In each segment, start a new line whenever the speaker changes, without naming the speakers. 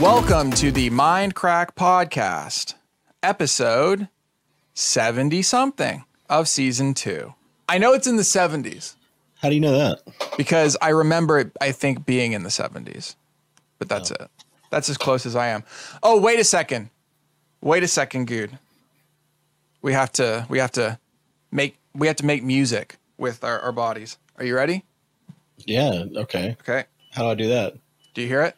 Welcome to the Mind Crack Podcast, episode 70 something of season two. I know it's in the 70s
How do you know that?
because I remember it, I think, being in the 70s, but
Oh.
that's it. That's as close as I am. Oh, wait a second. Wait a second, dude. We have to, we have to make, we have to make music with our, our bodies. Are you ready?
Yeah. Okay.
Okay.
How do I do that?
Do you hear it?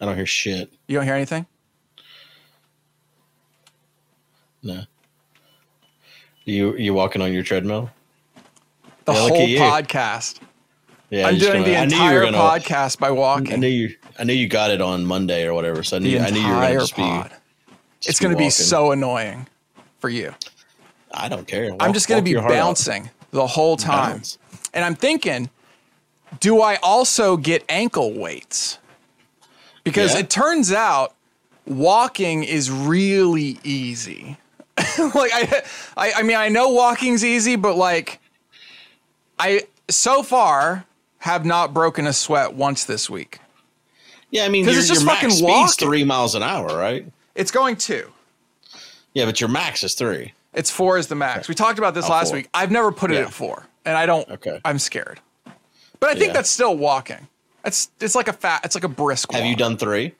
I don't hear shit.
You don't hear anything?
No. You you walking on your treadmill?
The
Yeah, look
whole
at you.
podcast.
Yeah.
I'm
you just
doing
go-
the
I knew you
entire
were gonna-
podcast by
I
walking.
knew you. I knew you got it on Monday or whatever. So I
the
knew. I knew you were
entire
gonna just be.
pod.
just
it's going to be
walking.
so annoying for you.
I don't care.
I'm
Walk-
just going to
walk
be
your heart out.
bouncing the whole time.
Bounce.
And I'm thinking, do I also get ankle weights? Because
Yeah.
it turns out walking is really easy. like I, I I mean I know walking's easy, but like I so far have not broken a sweat once this week.
Yeah, I mean,
'Cause
your,
it's just
your max
fucking
speed's
walking.
three miles an hour, right?
It's going two.
Yeah, but your max is three.
It's four is the max. We talked about this last
four.
week. I've never put it
Yeah.
at four, and I don't.
Okay.
I'm scared, but I think
Yeah.
that's still walking. It's it's like a fat. It's like a brisk.
Have you
walk.
done three?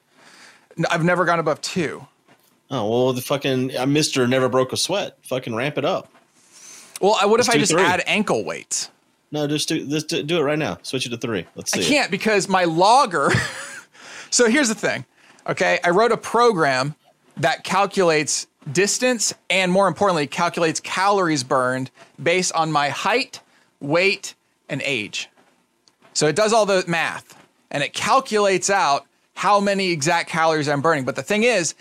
No, I've never gone above two.
Oh well, the fucking I Mister never broke a sweat. Fucking ramp it up.
Well, I, what if
Let's
I
do
just
three.
add ankle weights?
No, just do just do do it right now. Switch it to three. Let's see.
I
it.
can't because my logger. so here's the thing. Okay, I wrote a program that calculates distance and more importantly calculates calories burned based on my height, weight, and age. So it does all the math and it calculates out how many exact calories I'm burning. But the thing is,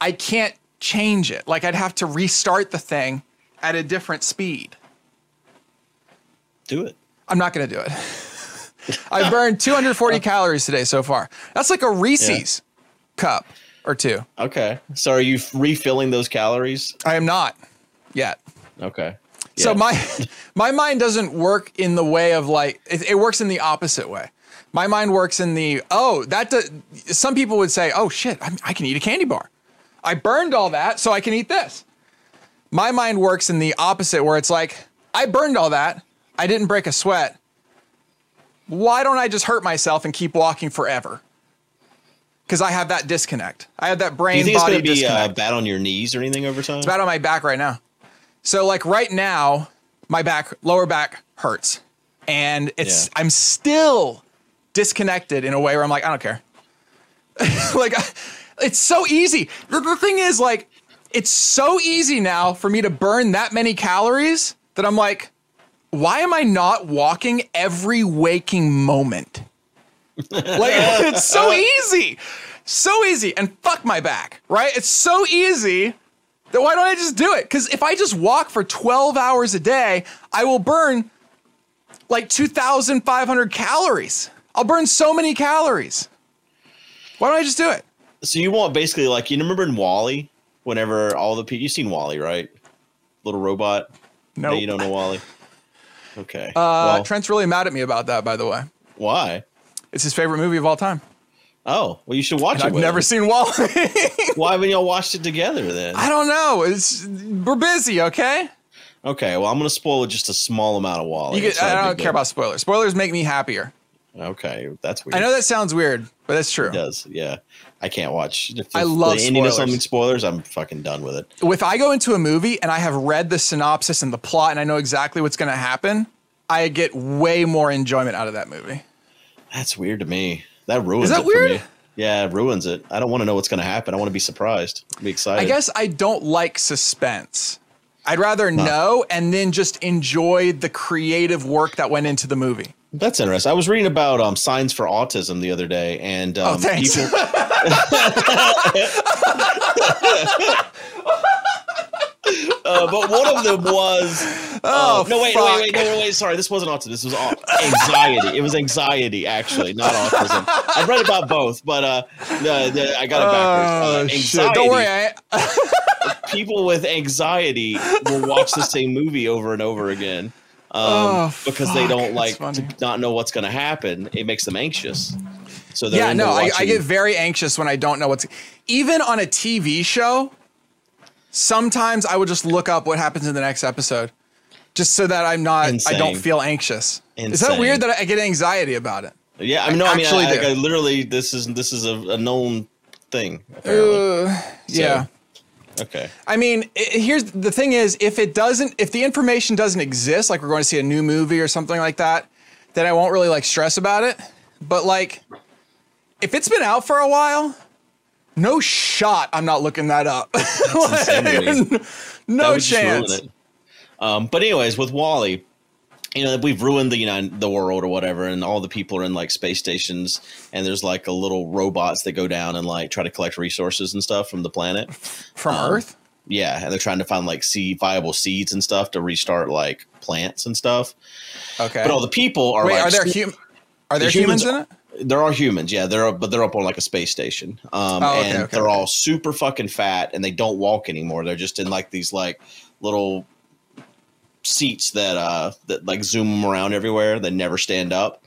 I can't change it. Like I'd have to restart the thing at a different speed.
Do it.
I'm not going to do it. I burned 240 calories today so far. That's like a Reese's cup or two.
Okay. So are you f- refilling those calories?
I am not yet.
Okay.
So
Yeah.
my my mind doesn't work in the way of like it, it works in the opposite way. My mind works in the oh that do, some people would say oh shit I, I can eat a candy bar. I burned all that so I can eat this. My mind works in the opposite where it's like I burned all that I didn't break a sweat. Why don't I just hurt myself and keep walking forever? Because I have that disconnect. I have that
do you
brain
think it's
body
going to be
disconnect
uh, bad on your knees or anything over time?
bad on my back right now. So like right now, my back, lower back hurts, and it's
Yeah.
I'm still disconnected in a way where I'm like I don't care. like it's so easy. The, the thing is like it's so easy now for me to burn that many calories that I'm like, why am I not walking every waking moment? Like it's so easy. So easy. And fuck my back, right? It's so easy. Then why don't I just do it? Because if I just walk for 12 hours a day, I will burn like 2,500 calories. I'll burn so many calories. Why don't I just do it?
so you want basically like you remember in Wally, whenever all the people you've seen Wally, right? Little robot. No,
Nope.
you don't know Wally. Okay. Uh,
Uh, Trent's really mad at me about that, by the way.
why?
It's his favorite movie of all time.
Oh, well, you should watch it.
I've
with
never
him.
seen Wall. I
Why haven't y'all watched it together then?
don't know. It's we're busy, okay?
Okay. Well, I'm going to spoil just a small amount of Wally.
You get,
It's not a
I
big
don't care
deal.
about spoilers. Spoilers make me happier.
Okay, that's weird.
I know that sounds weird, but it's true.
it does. Yeah, I can't watch. If
I
the
love
ending of
spoilers.
something spoilers. I'm fucking done with it.
if I go into a movie and I have read the synopsis and the plot and I know exactly what's going to happen, I get way more enjoyment out of that movie.
That's weird to me. That ruins
that
it
weird?
for me. Yeah, it ruins it. I don't want to know what's going to happen. I want to be surprised, be excited.
I guess I don't like suspense. I'd rather know and then just enjoy the creative work that went into the movie.
that's interesting. I was reading about um, signs for autism the other day, and um,
Oh, thanks.
people- Uh, but one of them was. Oh no! Wait,
fuck.
wait, wait, no, wait, wait! Sorry, this wasn't autism. This was au- anxiety. it was anxiety, actually, not autism. I've read about both, but uh, the, the, I got it backwards. Uh,
Oh, shit. Don't worry. I,
people with anxiety will watch the same movie over and over again um,
Oh,
because they
fuck, that's
don't like
funny.
to not know what's going to happen. It makes them anxious. So they're
Yeah,
into
no, I, I
watching-
get very anxious when I don't know what's even on a TV show. Sometimes I would just look up what happens in the next episode, just so that I'm not, I don't
Insane.
feel anxious. Is that
Insane.
weird that I get anxiety about it?
Yeah, I mean, no, I mean,
actually
I, like,
do.
I literally this is this is a, a known thing. apparently.
Uh, yeah.
okay.
I mean, i i- here's the thing: is if it doesn't, if the information doesn't exist, like we're going to see a new movie or something like that, then I won't really like stress about it. But like, if it's been out for a while, no shot, I'm not looking that up.
insane to me.
Like, n-
That
no
would just ruin
chance.
it. Um, but anyways, with Wally, you know, we've ruined the United, the world or whatever, and all the people are in like space stations, and there's like a little robots that go down and like try to collect resources and stuff from the planet.
From
Uh-huh.
Earth,
Yeah, and they're trying to find like seed viable seeds and stuff to restart like plants and stuff.
okay.
But all the people are
Wait,
like
are there
sp-
hum- Are there
the
humans, in it?
There are humans, yeah. They're up, but they're up on like a space station, um,
Oh, okay,
and
okay,
they're
okay.
all super fucking fat, and they don't walk anymore. They're just in like these like little seats that uh that like zoom them around everywhere. They never stand up.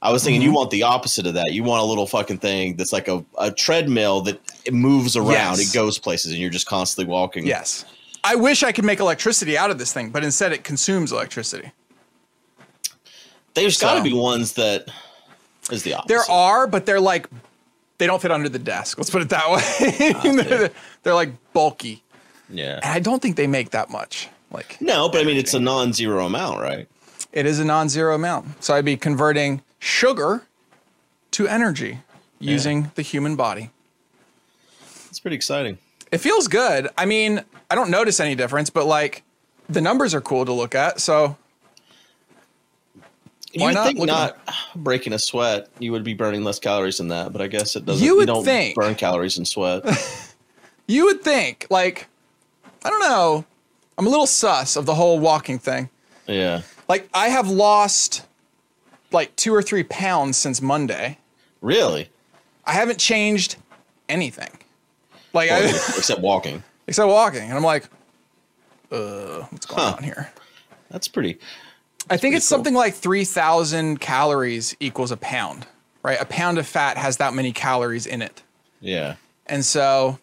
I was thinking you
Mm-hmm.
want the opposite of that. You want a little fucking thing that's like a, a treadmill that it moves around.
Yes.
It goes places, and you're just constantly walking.
Yes. I wish I could make electricity out of this thing, but instead it consumes electricity.
there's got to
So-
be ones that is the opposite.
There are, but they're like they don't fit under the desk. Let's put it that way. they're, they're like bulky,
yeah.
and I don't think they make that much. Like
No, but I mean it's a non-zero amount, right?
it is a non-zero amount, so I'd be converting sugar to energy using the human body.
It's pretty exciting.
It feels good. I mean, I don't notice any difference, but like the numbers are cool to look at. So Why
you would
not?
think
Look at
not breaking a sweat, you would be burning less calories than that, but I guess it doesn't.
You would
don't
think.
burn calories in sweat.
you would think, like, I don't know. I'm a little sus of the whole walking thing.
yeah,
Like I have lost like two or three pounds since Monday.
really.
I haven't changed anything. Like
Well,
I
except walking.
except walking. And I'm like, uh, what's going
Huh.
on here?
That's pretty.
I think it's
cool.
something like three thousand calories equals a pound. Right? A pound of fat has that many calories in it.
Yeah,
And so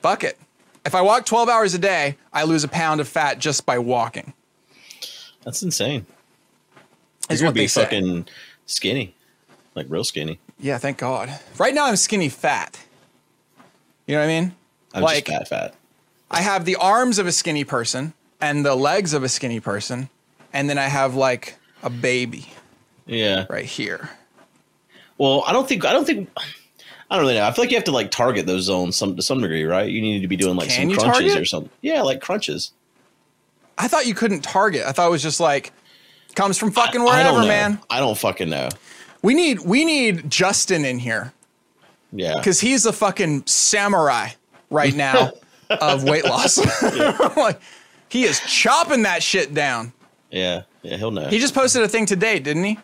fuck it. If I walk twelve hours a day, I lose a pound of fat just by walking.
that's insane.
Is
You're
what
gonna be
they say.
fucking skinny, like real skinny.
Yeah, thank God. Right now I'm skinny fat. You know what I mean?
I'm
like
just fat, fat.
I have the arms of a skinny person and the legs of a skinny person, and then I have like a baby
Yeah.
right here.
Well, I don't think. I don't think. I don't really know. I feel like you have to like target those zones some to some degree, right? You need to be doing like
Can you
some crunches
target?
or something. Yeah, like crunches.
I thought you couldn't target. I thought it was just like comes from fucking
I don't
wherever,
know.
man.
I don't fucking know.
We need we need Justin in here
Yeah.
because he's a fucking samurai right now of weight loss. like, he is chopping that shit down.
Yeah. Yeah. He'll know.
He just posted a thing today, didn't he?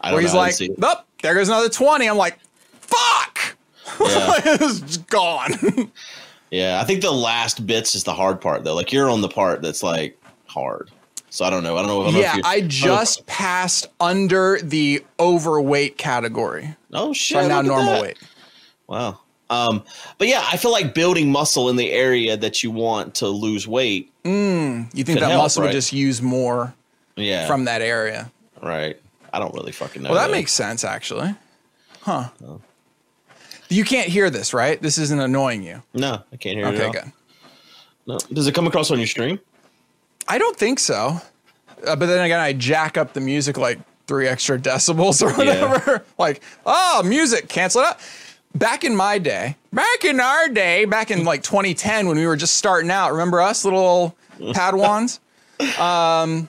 I
Where
don't
he's
know. I didn't
like,
see it.
"Nope, there goes another 20. I'm like, "Fuck!"
Yeah.
it's gone.
Yeah, I think the last bits is the hard part though. Like you're on the part that's like hard. So I don't know. I don't know. I don't know if
yeah,
you-
I
don't know if-
just passed under the overweight category.
Oh shit!
So I'm now
look at
normal
that.
weight.
Wow. Um, but yeah, I feel like building muscle in the area that you want to lose weight.
Mm, You think
Could
that
help,
muscle
right?
would just use more
Yeah.
from that area?
right. I don't really fucking know.
Well, that
though.
makes sense, actually. Huh.
Oh.
You can't hear this, right? This isn't annoying you.
no. I can't hear it. at
Okay,
all.
good.
No. Does it come across on your stream?
I don't think so. Uh, but then again, I jack up the music like three extra decibels or
Yeah.
whatever. like, oh, music, cancel it out. Back in my day, back in our day, back in like 2010 when we were just starting out, remember us little Padawans? um,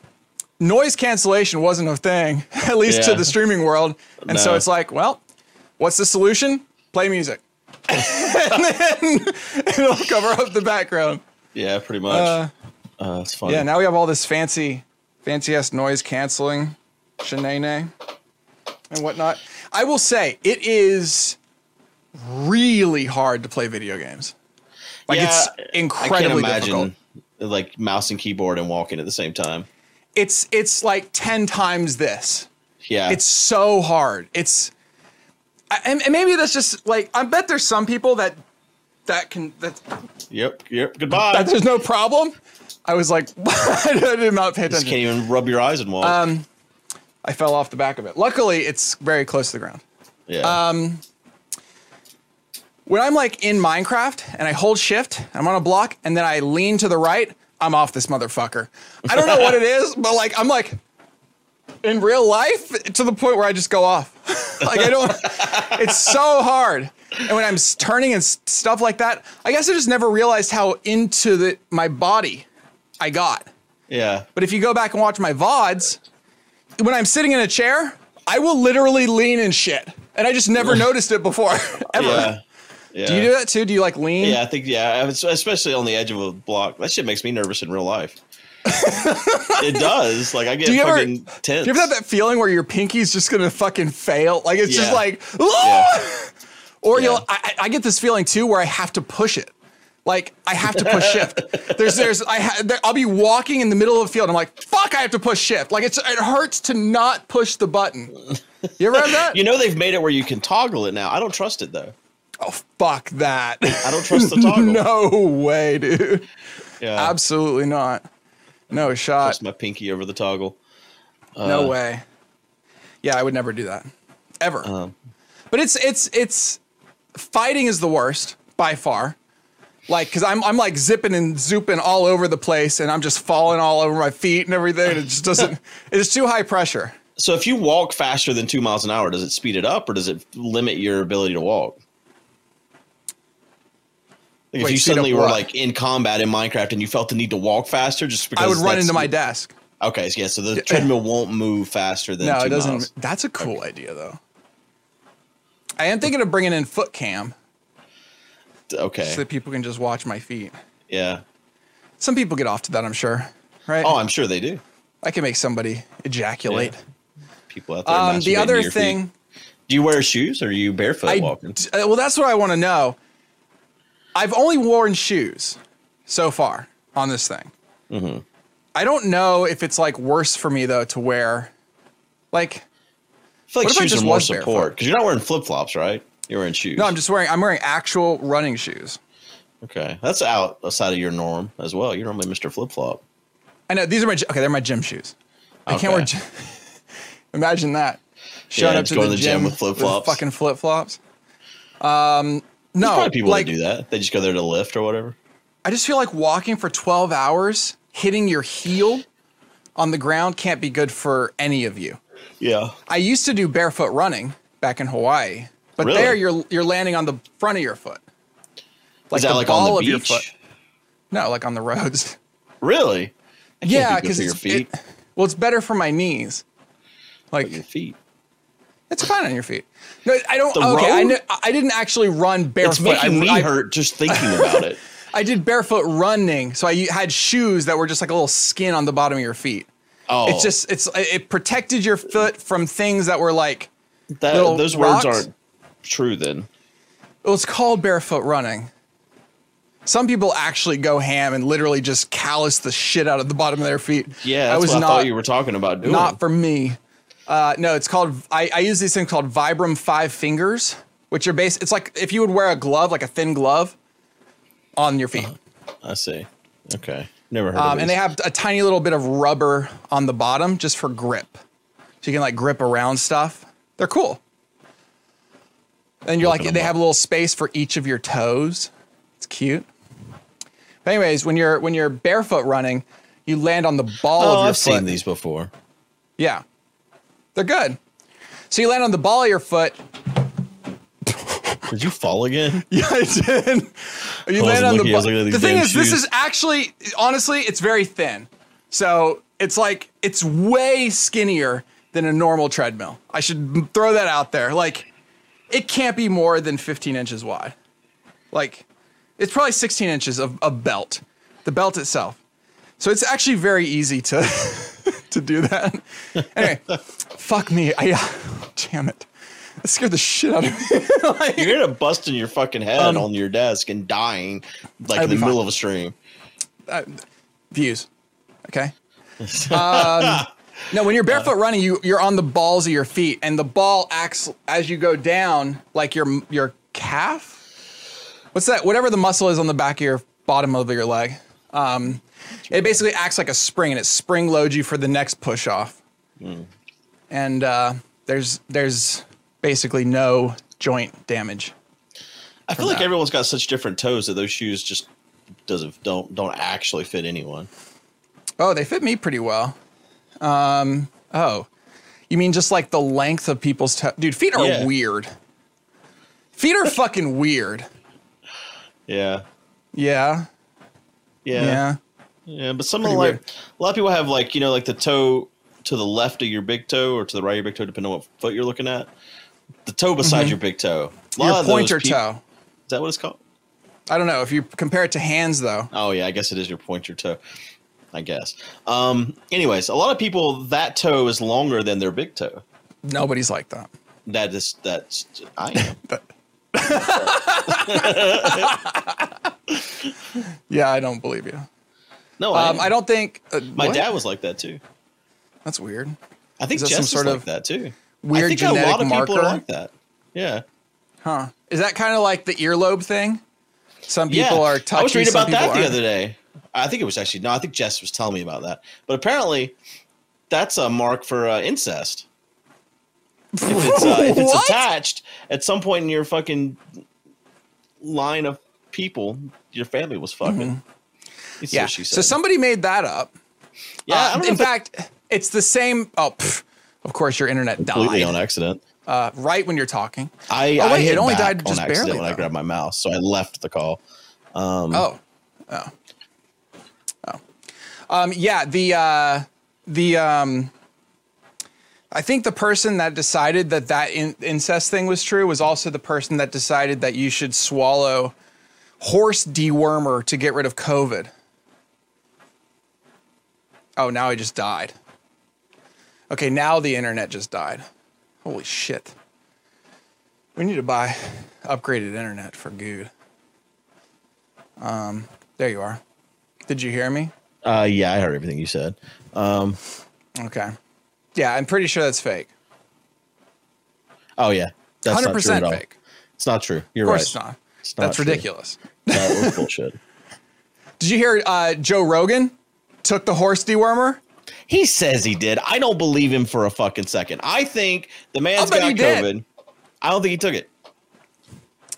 noise cancellation wasn't a thing, at least to
Yeah.
the streaming world. And so
No.
it's like, well, what's the solution? Play music. and then it'll cover up the background.
Yeah, pretty much. Uh, it's funny.
Yeah, now we have all this fancy, fancy ass noise canceling, shenanay, and whatnot. I will say it is really hard to play video games. Like it's
Yeah,
incredibly difficult.
like mouse and keyboard and walking at the same time.
It's it's like ten times this.
Yeah.
It's so hard. It's I- and, and maybe that's just like I bet there's some people that that can that
Yep, yep. Goodbye.
that there's no problem. I was like, I did not pay
just
attention.
can't even rub your eyes and walk. Um,
I fell off the back of it. Luckily, it's very close to the ground.
yeah.
um, When I'm like in Minecraft and I hold shift, I'm on a block, and then I lean to the right, I'm off this motherfucker. I don't know what it is, but like I'm like in real life to the point where I just go off. like I don't. It's so hard. And when I'm s- turning and s- stuff like that, I guess I just never realized how into the my body I got.
yeah.
But if you go back and watch my VODs, when I'm sitting in a chair, I will literally lean and shit. And I just never noticed it before, ever.
Yeah. Yeah.
Do you do that too? Do you like lean?
Yeah, I think yeah, I was- especially on the edge of a block. That shit makes me nervous in real life. it does. Like I get
Do you ever, do
fucking
you
tense.
ever have that feeling where your pinky's just gonna fucking fail? Like it's just
Yeah.
like,
Yeah.
or you'll.
Yeah.
I, I I get this feeling too where I have to push it. Like I have to push shift. There's there's I ha, there, I'll be walking in the middle of the field. I'm like fuck. I have to push shift. Like it's it hurts to not push the button. You ever have that?
You know they've made it where you can toggle it now. I don't trust it though.
Oh, fuck that.
I don't trust the toggle.
no way, dude.
yeah, I
Absolutely not. No shot.
trust my pinky over the toggle. uh,
no way. Yeah, I would never do that. Ever.
Um,
but it's it's it's fighting is the worst by far. Like cuz I'm I'm like zipping and zooping all over the place and I'm just falling all over my feet and everything. It just doesn't it's too high pressure.
So if you walk faster than two miles an hour, does it speed it up or does it limit your ability to walk? Like
Wait,
if you
speed up
suddenly were
what?
like in combat in Minecraft and you felt the need to walk faster just because
I would run
that's-
into my desk.
Okay, so yeah, so the treadmill won't move faster than
No,
two
it doesn't.
miles.
That's a cool idea though. I am thinking of bringing in foot cam
Okay.
so that people can just watch my feet.
Yeah.
Some people get off to that, I'm sure. Right?
Oh, I'm sure they do.
I can make somebody ejaculate.
People out there.
Um,
masturbating
the
to
other
your feet.
thing
Do you wear shoes or are you barefoot
I
walking?
d- uh, well, that's what I want to know. I've only worn shoes so far on this thing.
Mm-hmm.
I don't know if it's like worse for me though to wear, like
I feel like
what if I
shoes
just
are more
was barefoot?
support because you're not wearing flip flops, right? You're wearing shoes.
no, I'm just wearing I'm wearing actual running shoes.
okay. That's out outside of your norm as well. You're normally Mr. Flip Flop.
I know these are my gy- okay, they're my gym shoes. I
Okay.
can't wear. Gym- Imagine that showing
Yeah,
up
just
to
go
the,
to the gym
gym
with flip-flops.
fucking flip flops. Um,
There's
no,
probably people
like
that do that. They just go there to lift or whatever.
I just feel like walking for 12 hours, hitting your heel on the ground can't be good for any of you.
Yeah.
I used to do barefoot running back in Hawaii, but
Really?
there you're you're landing on the front of your foot. Like
Is that like on the beach?
No, like on the roads.
Really? That can't
yeah,
be good
because
for your
it's
feet.
it- well, it's better for my knees.
your
Like
feet.
it's fine on your feet. No, I don't.
The
okay, I,
road?
kn- I didn't actually run barefoot.
It's making
I,
me
I-
hurt just thinking about it.
I did barefoot running, so I had shoes that were just like a little skin on the bottom of your feet.
Oh,
It's just it's it protected your foot from things that were like
that,
little
those
rocks.
words aren't true. Then
It was called barefoot running. Some people actually go ham and literally just callus the shit out of the bottom of their feet.
yeah, that's
I was
what
not
I thought you were talking about doing.
not for me. Uh, no, it's called. I, I use these things called Vibram Five Fingers, which are based. It's like if you would wear a glove, like a thin glove, on your
Uh-huh.
feet,
I see. Okay, never heard of
um,
these.
and they have a tiny little bit of rubber on the bottom just for grip, so you can like grip around stuff. They're cool. And you're
Looking
like,
them
they
up.
have a little space for each of your toes. It's cute. But anyways, when you're when you're barefoot running, you land on the ball
Oh,
of your
I've
foot.
seen these before.
Yeah, they're good. So you land on the ball of your foot.
Did you fall again?
Yeah, I did. You
I
land
wasn't
on the
looking, I
ball.
was looking at these
The thing
damn
is, this
shoes.
is actually honestly, it's very thin. So it's like it's way skinnier than a normal treadmill. I should throw that out there. Like, it can't be more than 15 inches wide. Like, it's probably 16 inches of a belt, the belt itself. So it's actually very easy to to do that. Anyway, fuck me. I damn it. That scared the shit out of me. Like-
You're gonna bust in your fucking head on your desk and dying like
I'll
in the
Um, be
middle
fine.
of a stream.
views. Okay. Um, No, when you're barefoot running, you you're on the balls of your feet, and the ball acts as you go down like your your calf. What's that? Whatever the muscle is on the back of your bottom of your leg, um, it basically acts like a spring, and it spring loads you for the next push off. And uh, there's there's basically no joint damage.
I feel like everyone's got such different toes that those shoes just doesn't don't don't actually fit anyone.
Oh, they fit me pretty well. Um, oh, you mean just like the length of people's toe? Dude, feet are
Yeah.
weird. Feet are fucking weird.
Yeah.
Yeah,
Yeah.
yeah.
Yeah. But some of the,
Pretty
like a lot of people have like, you know, like the toe to the left of your big toe or to the right of your big toe, depending on what foot you're looking at. The toe beside your big toe. A lot
Mm-hmm. Your
of those
pointer
peop-
toe.
Is that what it's called?
I don't know if you compare it to hands though.
Oh yeah, I guess it is your pointer toe. I guess. Um, anyways, a lot of people that toe is longer than their big toe.
Nobody's like that.
That is that's I am.
Yeah, I don't believe you.
No, I,
Um, I
don't.
don't think uh,
My
what?
dad was like that too.
That's weird.
I think
Is that
Jess
some
is
sort
like
of
that too. I
weird
think a
genetic
lot of people
marker?
are like that. Yeah.
Huh? Is that kind of like the earlobe thing? Some people
yeah.
are touchy.
I was reading
some
about that
people
the
aren't.
other day. I think it was actually no. I think Jess was telling me about that. But apparently, that's a mark for uh, incest. If it's, uh, if it's
What?
attached at some point in your fucking line of people, your family was fucking. That's
Mm-hmm. Yeah.
what she
So
said.
somebody made that up.
yeah. I
Uh,
don't know
in
if that's
fact, it's the same. Oh, pff, of course, your internet
completely on
died
accident.
uh, right when you're talking.
I,
Oh,
I
wait,
hit
it only
back
died
on
just
accident
barely,
when I
though.
grabbed my mouse, so I left the call.
Oh, oh, oh. Um, yeah. The uh, the um, I think the person that decided that that in- incest thing was true was also the person that decided that you should swallow horse dewormer to get rid of COVID. Oh, now I just died. Okay, now the internet just died. Holy shit. We need to buy upgraded internet for good. There you are. Did you hear me?
Uh, yeah, I heard everything you said. Um,
Okay. Yeah, I'm pretty sure that's fake.
oh yeah, that's
Hundred
not true at
percent
all.
fake.
It's not true. You're
Of course
right.
it's not.
It's not
That's
true.
ridiculous.
That was bullshit.
Did you hear uh, Joe Rogan took the horse dewormer?
He says he did. I don't believe him for a fucking second. I think the man's
bet
got
he did.
COVID. I don't think he took it.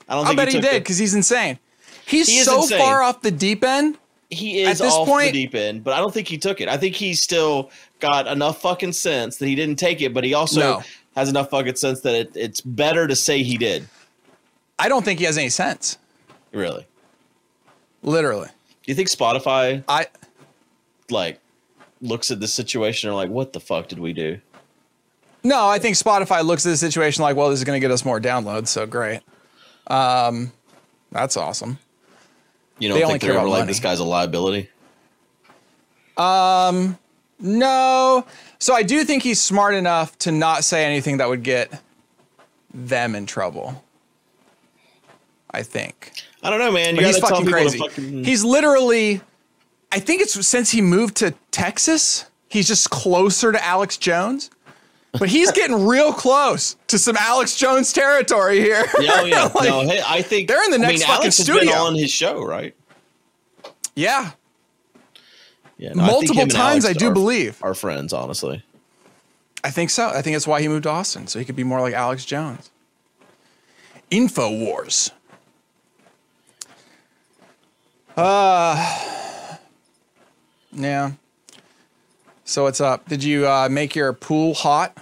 I don't
I
think
bet
he,
he
took
did
It.
because he's insane. He's
He is
so
insane.
far off the deep end.
He is
at this
off
point-
the deep end, but I don't think he took it. I think he still got enough fucking sense that he didn't take it, but he also
No.
has enough fucking sense that it, it's better to say he did.
I don't think he has any sense.
Really?
Literally.
Do you think Spotify
I
like looks at this situation and are like, what the fuck did we do?
no. I think Spotify looks at the situation like, well, this is going to get us more downloads, so great. Um, that's awesome.
You
They
don't
only
think they're
care
ever
about
like this
money.
guy's a liability?
No. So I do think he's smart enough to not say anything that would get them in trouble. I think.
I don't know, man. You
But he's
gotta tell
fucking
people
crazy.
to fucking
He's literally I think it's since he moved to Texas, he's just closer to Alex Jones. But he's getting real close to some Alex Jones territory here.
Yeah, oh, yeah.
Like,
no, hey, I think
they're in the next
I mean,
fucking
Alex Has
studio.
been on his show, right?
yeah.
Yeah,
Multiple times, I do
are,
believe.
are friends. Honestly,
I think so. I think that's why he moved to Austin, so he could be more like Alex Jones. InfoWars. Uh, Uh, yeah. So what's up? Did you uh, make your pool hot?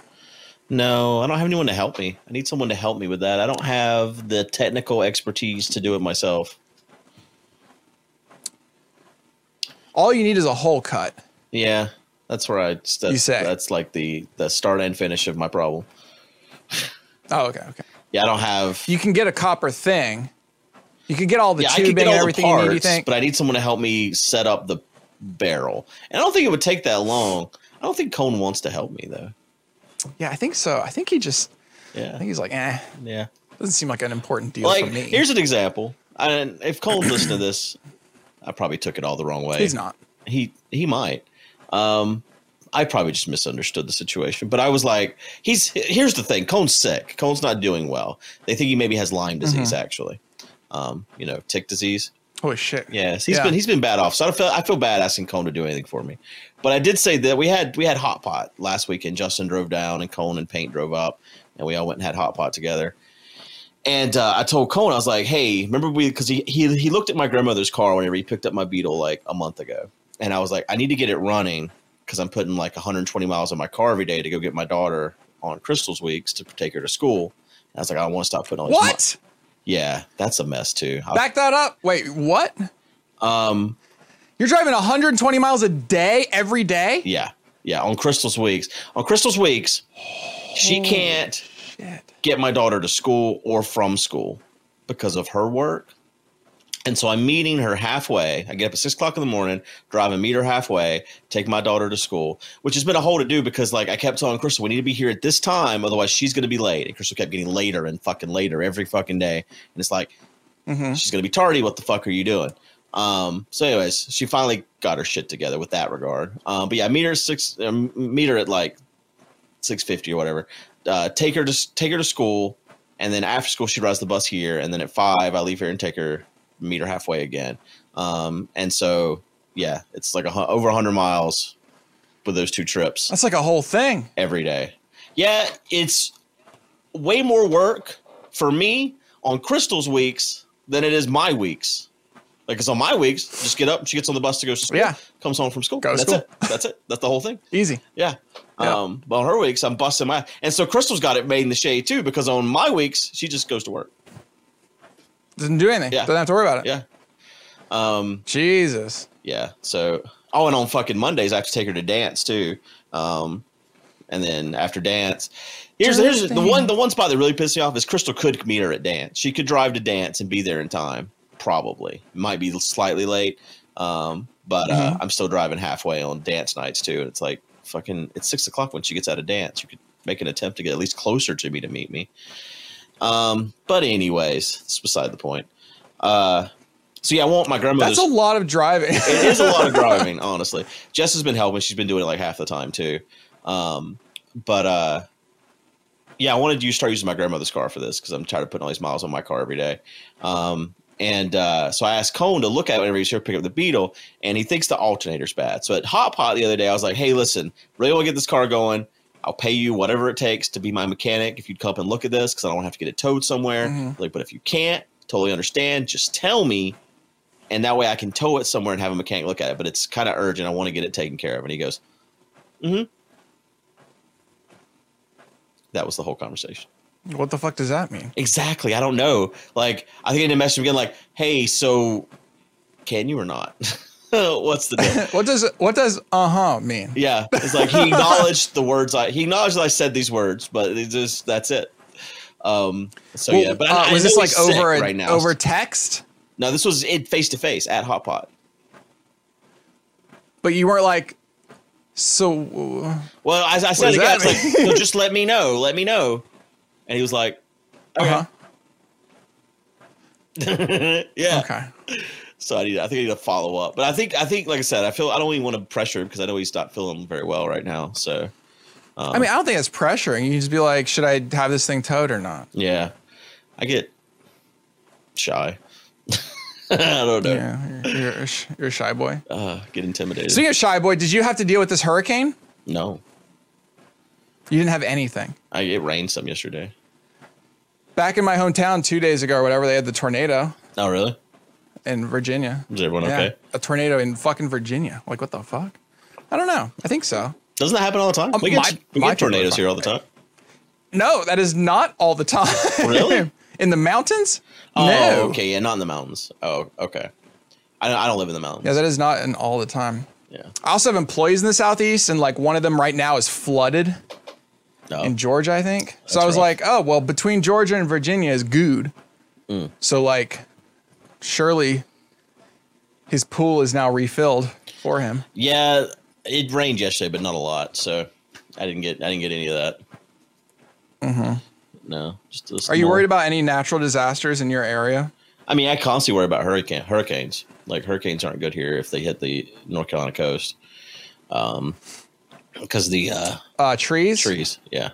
no, I don't have anyone to help me. I need someone to help me with that. I don't have the technical expertise to do it myself.
All you need is a hole cut.
Yeah, that's where I. That's,
You say.
that's like the the start and finish of my problem.
Oh, okay, okay.
Yeah, I don't have.
You can get a copper thing. You can get all the
yeah, I could
tubing,
get all
everything
the
you
parts,
need. You think?
but I need someone to help me set up the barrel. And I don't think it would take that long. I don't think Cone wants to help me though.
yeah, I think so. I think he just. I
Yeah,
think he's like, eh.
yeah.
Doesn't seem like an important deal
like
for me.
here's an example and if cole's listening to this i probably took it all the wrong way
he's not.
he he might um I probably just misunderstood the situation, but I was like, he's here's the thing. Cone's sick. Cone's not doing well. They think he maybe has Lyme disease,
Mm-hmm.
actually. Um, you know, tick disease.
Holy shit.
Yes, he's
Yeah.
been he's been bad off. So I don't feel I feel bad asking Cone to do anything for me, but I did say that we had we had hot pot last weekend. Justin drove down, and Cone and Paint drove up, and we all went and had hot pot together. And uh, I told Cone I was like, "Hey, remember we?" Because he, he he looked at my grandmother's car whenever he picked up my Beetle like a month ago, and I was like, "I need to get it running because I'm putting like 120 miles on my car every day to go get my daughter on Crystal's weeks to take her to school." And I was like, "I want to stop putting all these mi-
What?
Yeah, that's a mess too. I-
Back that up. Wait, what?
um,
You're driving 120 miles a day every day?
Yeah. Yeah. On Crystal's weeks. On Crystal's weeks, she can't
Shit.
get my daughter to school or from school because of her work. And so I'm meeting her halfway. I get up at six o'clock in the morning, drive and meet her halfway, take my daughter to school, which has been a whole to do because like I kept telling Crystal, we need to be here at this time, otherwise she's gonna be late. And Crystal kept getting later and fucking later every fucking day. And it's like,
Mm-hmm.
she's gonna be tardy. What the fuck are you doing? Um, so anyways, she finally got her shit together with that regard. Um, but yeah, meet her at six, um, meet her at like six fifty or whatever. Uh, take her to take her to school, and then after school she rides the bus here, and then at five I leave her and take her meet her halfway again. Um, and so yeah, it's like a, hu- over hundred miles with those two trips
That's like a whole thing.
every day. Yeah, it's way more work for me on Crystal's weeks than it is my weeks. Like, it's on my weeks, just get up, she gets on the bus to go to school,
Yeah.
comes home from school.
Go to
That's
school.
it. That's it. That's the whole thing.
Easy.
Yeah.
Yeah.
Um, but on her weeks, I'm busting my and so Crystal's got it made in the shade too, because on my weeks, she just goes to work.
Doesn't do anything.
Yeah.
Doesn't have to worry about it.
Yeah. Um,
Jesus.
yeah. So, oh, and on fucking Mondays, I have to take her to dance too. Um, and then after dance, here's here's the one the one spot that really pissed me off is Crystal could meet her at dance. She could drive to dance and be there in time. Probably might be slightly late, um, but uh, I'm still driving halfway on dance nights too. And it's like fucking it's six o'clock when she gets out of dance. You could make an attempt to get at least closer to me to meet me. Um, but anyways, it's beside the point. Uh, so yeah, I want my grandmother's
That's a lot of driving.
it is a lot of driving, honestly. Jess has been helping. She's been doing it like half the time too. Um, but uh, yeah, I wanted you to start using my grandmother's car for this because I'm tired of putting all these miles on my car every day. Um, and uh, so I asked Cone to look at it whenever he's here to pick up the Beetle, and he thinks the alternator's bad. So at Hot Pot the other day, I was like, "Hey, listen, really want to get this car going. I'll pay you whatever it takes to be my mechanic if you'd come up and look at this because I don't have to get it towed somewhere. Like, but if you can't, totally understand. Just tell me and that way I can tow it somewhere and have a mechanic look at it. But it's kind of urgent. I want to get it taken care of. And he goes, "Hmm." That was the whole conversation.
what the fuck does that mean?
Exactly. I don't know. Like I think I need to message him again. Like, hey, so can you or not? What's the deal?
What does what does uh huh mean?
yeah, it's like he acknowledged the words. I he acknowledged that I said these words, but it just that's it. Um. So
Well,
yeah, but
uh,
I, I
was
know
this like
he's sick
over
right now?
over text?
no, this was in face to face at Hot Pot.
But you weren't like, so uh,
Well, as I said,
does
again, I
that
was like, "So just let me know, let me know. And he was like, okay.
huh?
yeah.
Okay.
So I need, I think I need to follow up. But I think, I think, like I said, I feel, I don't even want to pressure him because I know he's not feeling very well right now. So
I mean, I don't think it's pressuring. You just be like, should I have this thing towed or not?
yeah, I get shy. I don't know.
Yeah, you're, you're, a sh- you're a shy boy.
Uh, get intimidated.
Speaking of shy boy, did you have to deal with this hurricane?
no,
You didn't have anything.
I, it rained some yesterday.
Back in my hometown two days ago or whatever, they had the tornado
Oh, really?
in Virginia.
Is everyone
Yeah,
okay?
a tornado in fucking Virginia. Like, what the fuck? I don't know. I think so.
Doesn't that happen all the time? we get,
Uh, my- my
we get
people are
tornadoes here
fine.
all the time.
No, that is not all the time.
Really?
in the mountains?
Oh,
no.
okay. Yeah, not in the mountains. Oh, okay. I don't, I don't live in the mountains.
Yeah, that is not an all the time.
Yeah.
I also have employees in the southeast, and like one of them right now is flooded
No.
in Georgia, I think. so
That's
I was
rough.
like, oh well, between Georgia and Virginia is good.
Mm.
So like, surely his pool is now refilled for him.
yeah, it rained yesterday, but not a lot. So I didn't get I didn't get any of that. Mm-hmm. No. Just
Mm-hmm. Are
a
you
small-
worried about any natural disasters in your area?
I mean, I constantly worry about hurricane hurricanes. Like hurricanes aren't good here if they hit the North Carolina coast. Um, because the uh,
Uh, trees.
trees. Yeah,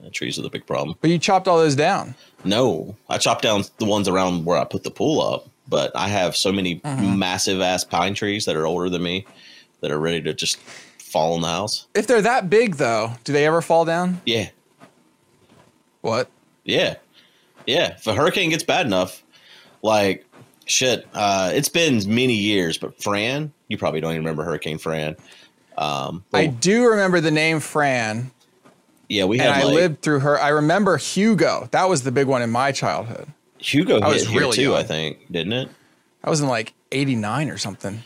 the trees are the big problem.
But you chopped all those down.
No, I chopped down the ones around where I put the pool up, but I have so many
Mm-hmm.
massive ass pine trees that are older than me that are ready to just fall in the house.
If they're that big, though, do they ever fall down?
Yeah,
What?
Yeah. Yeah. If a hurricane gets bad enough, like shit, uh, it's been many years, but Fran, you probably don't even remember Hurricane Fran. Um,
I
well,
do remember the name Fran,
yeah, we
and
had
I
like,
lived through her. I remember Hugo. That was the big one in my childhood.
Hugo
I
hit
was
here
really
too,
young.
I think, didn't it?
I was in like '89 or something.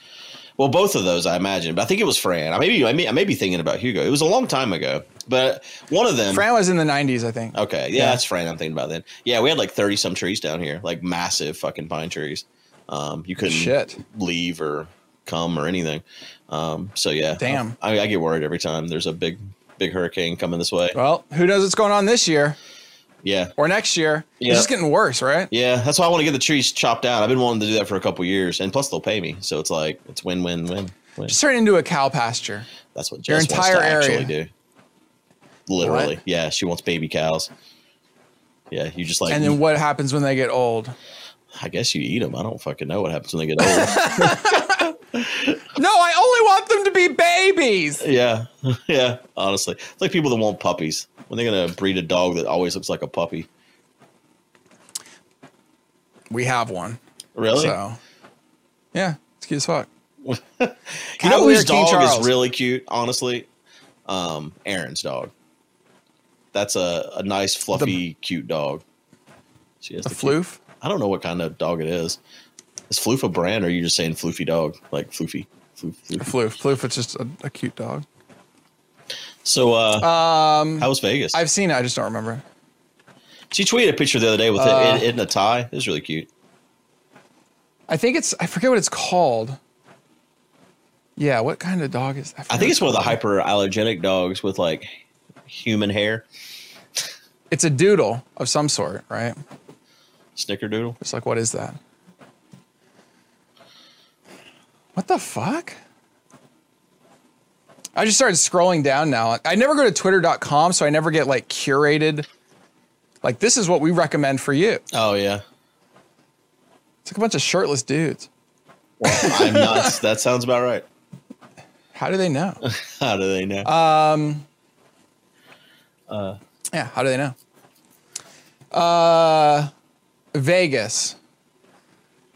Well, both of those, I imagine, but I think it was Fran. I maybe I may, I may be thinking about Hugo. It was a long time ago, but one of them.
Fran was in the '90s, I think.
okay, yeah,
Yeah.
that's Fran. I'm thinking about then. Yeah, we had like thirty some trees down here, like massive fucking pine trees. Um, you couldn't
Shit.
leave or come or anything. Um, so yeah,
Damn.
I, I get worried every time there's a big, big hurricane coming this way.
Well, who knows what's going on this year
Yeah,
or next year?
Yeah.
It's just getting worse, right?
yeah, that's why I want to get the trees chopped down. I've been wanting to do that for a couple years, and plus they'll pay me, so it's like it's win, win, win. win.
Just turn it into a cow pasture.
That's what
your
Jess wants to
entire area.
actually do. Literally,
What?
yeah, she wants baby cows. Yeah, you just like
And then what happens when they get old?
I guess you eat them. I don't fucking know what happens when they get old.
No, I only want them to be babies.
Yeah, yeah. Honestly, it's like people that want puppies. When they're gonna breed a dog that always looks like a puppy.
We have one.
Really?
So, yeah, it's cute as fuck.
you know
Cavalier
whose
King
dog
Charles.
is really cute? Honestly, um, Aaron's dog. That's a, a nice, fluffy, cute dog. She has
A
the cute-
floof?
I don't know what kind of dog it is. Is Floof a brand, or are you just saying floofy dog, like floofy? Floof,
A
floof.
floof. Floof is just a, a cute dog.
So, uh, um, how was Vegas?
I've seen it, I just don't remember.
she tweeted a picture the other day with
Uh,
it in, in a tie. It was really cute.
I think it's, I forget what it's called. Yeah, what kind of dog is that?
I think it's one of the hyperallergenic dogs with like human hair.
It's a doodle of some sort, right?
Snickerdoodle.
It's like, what is that? What the fuck? I just started scrolling down now. I never go to twitter.com, so I never get like curated. Like, this is what we recommend for you.
Oh yeah.
It's like a bunch of shirtless dudes.
Well, I'm not. that sounds about right.
How do they know?
How do they know?
Uh, yeah, how do they know? Uh, Vegas.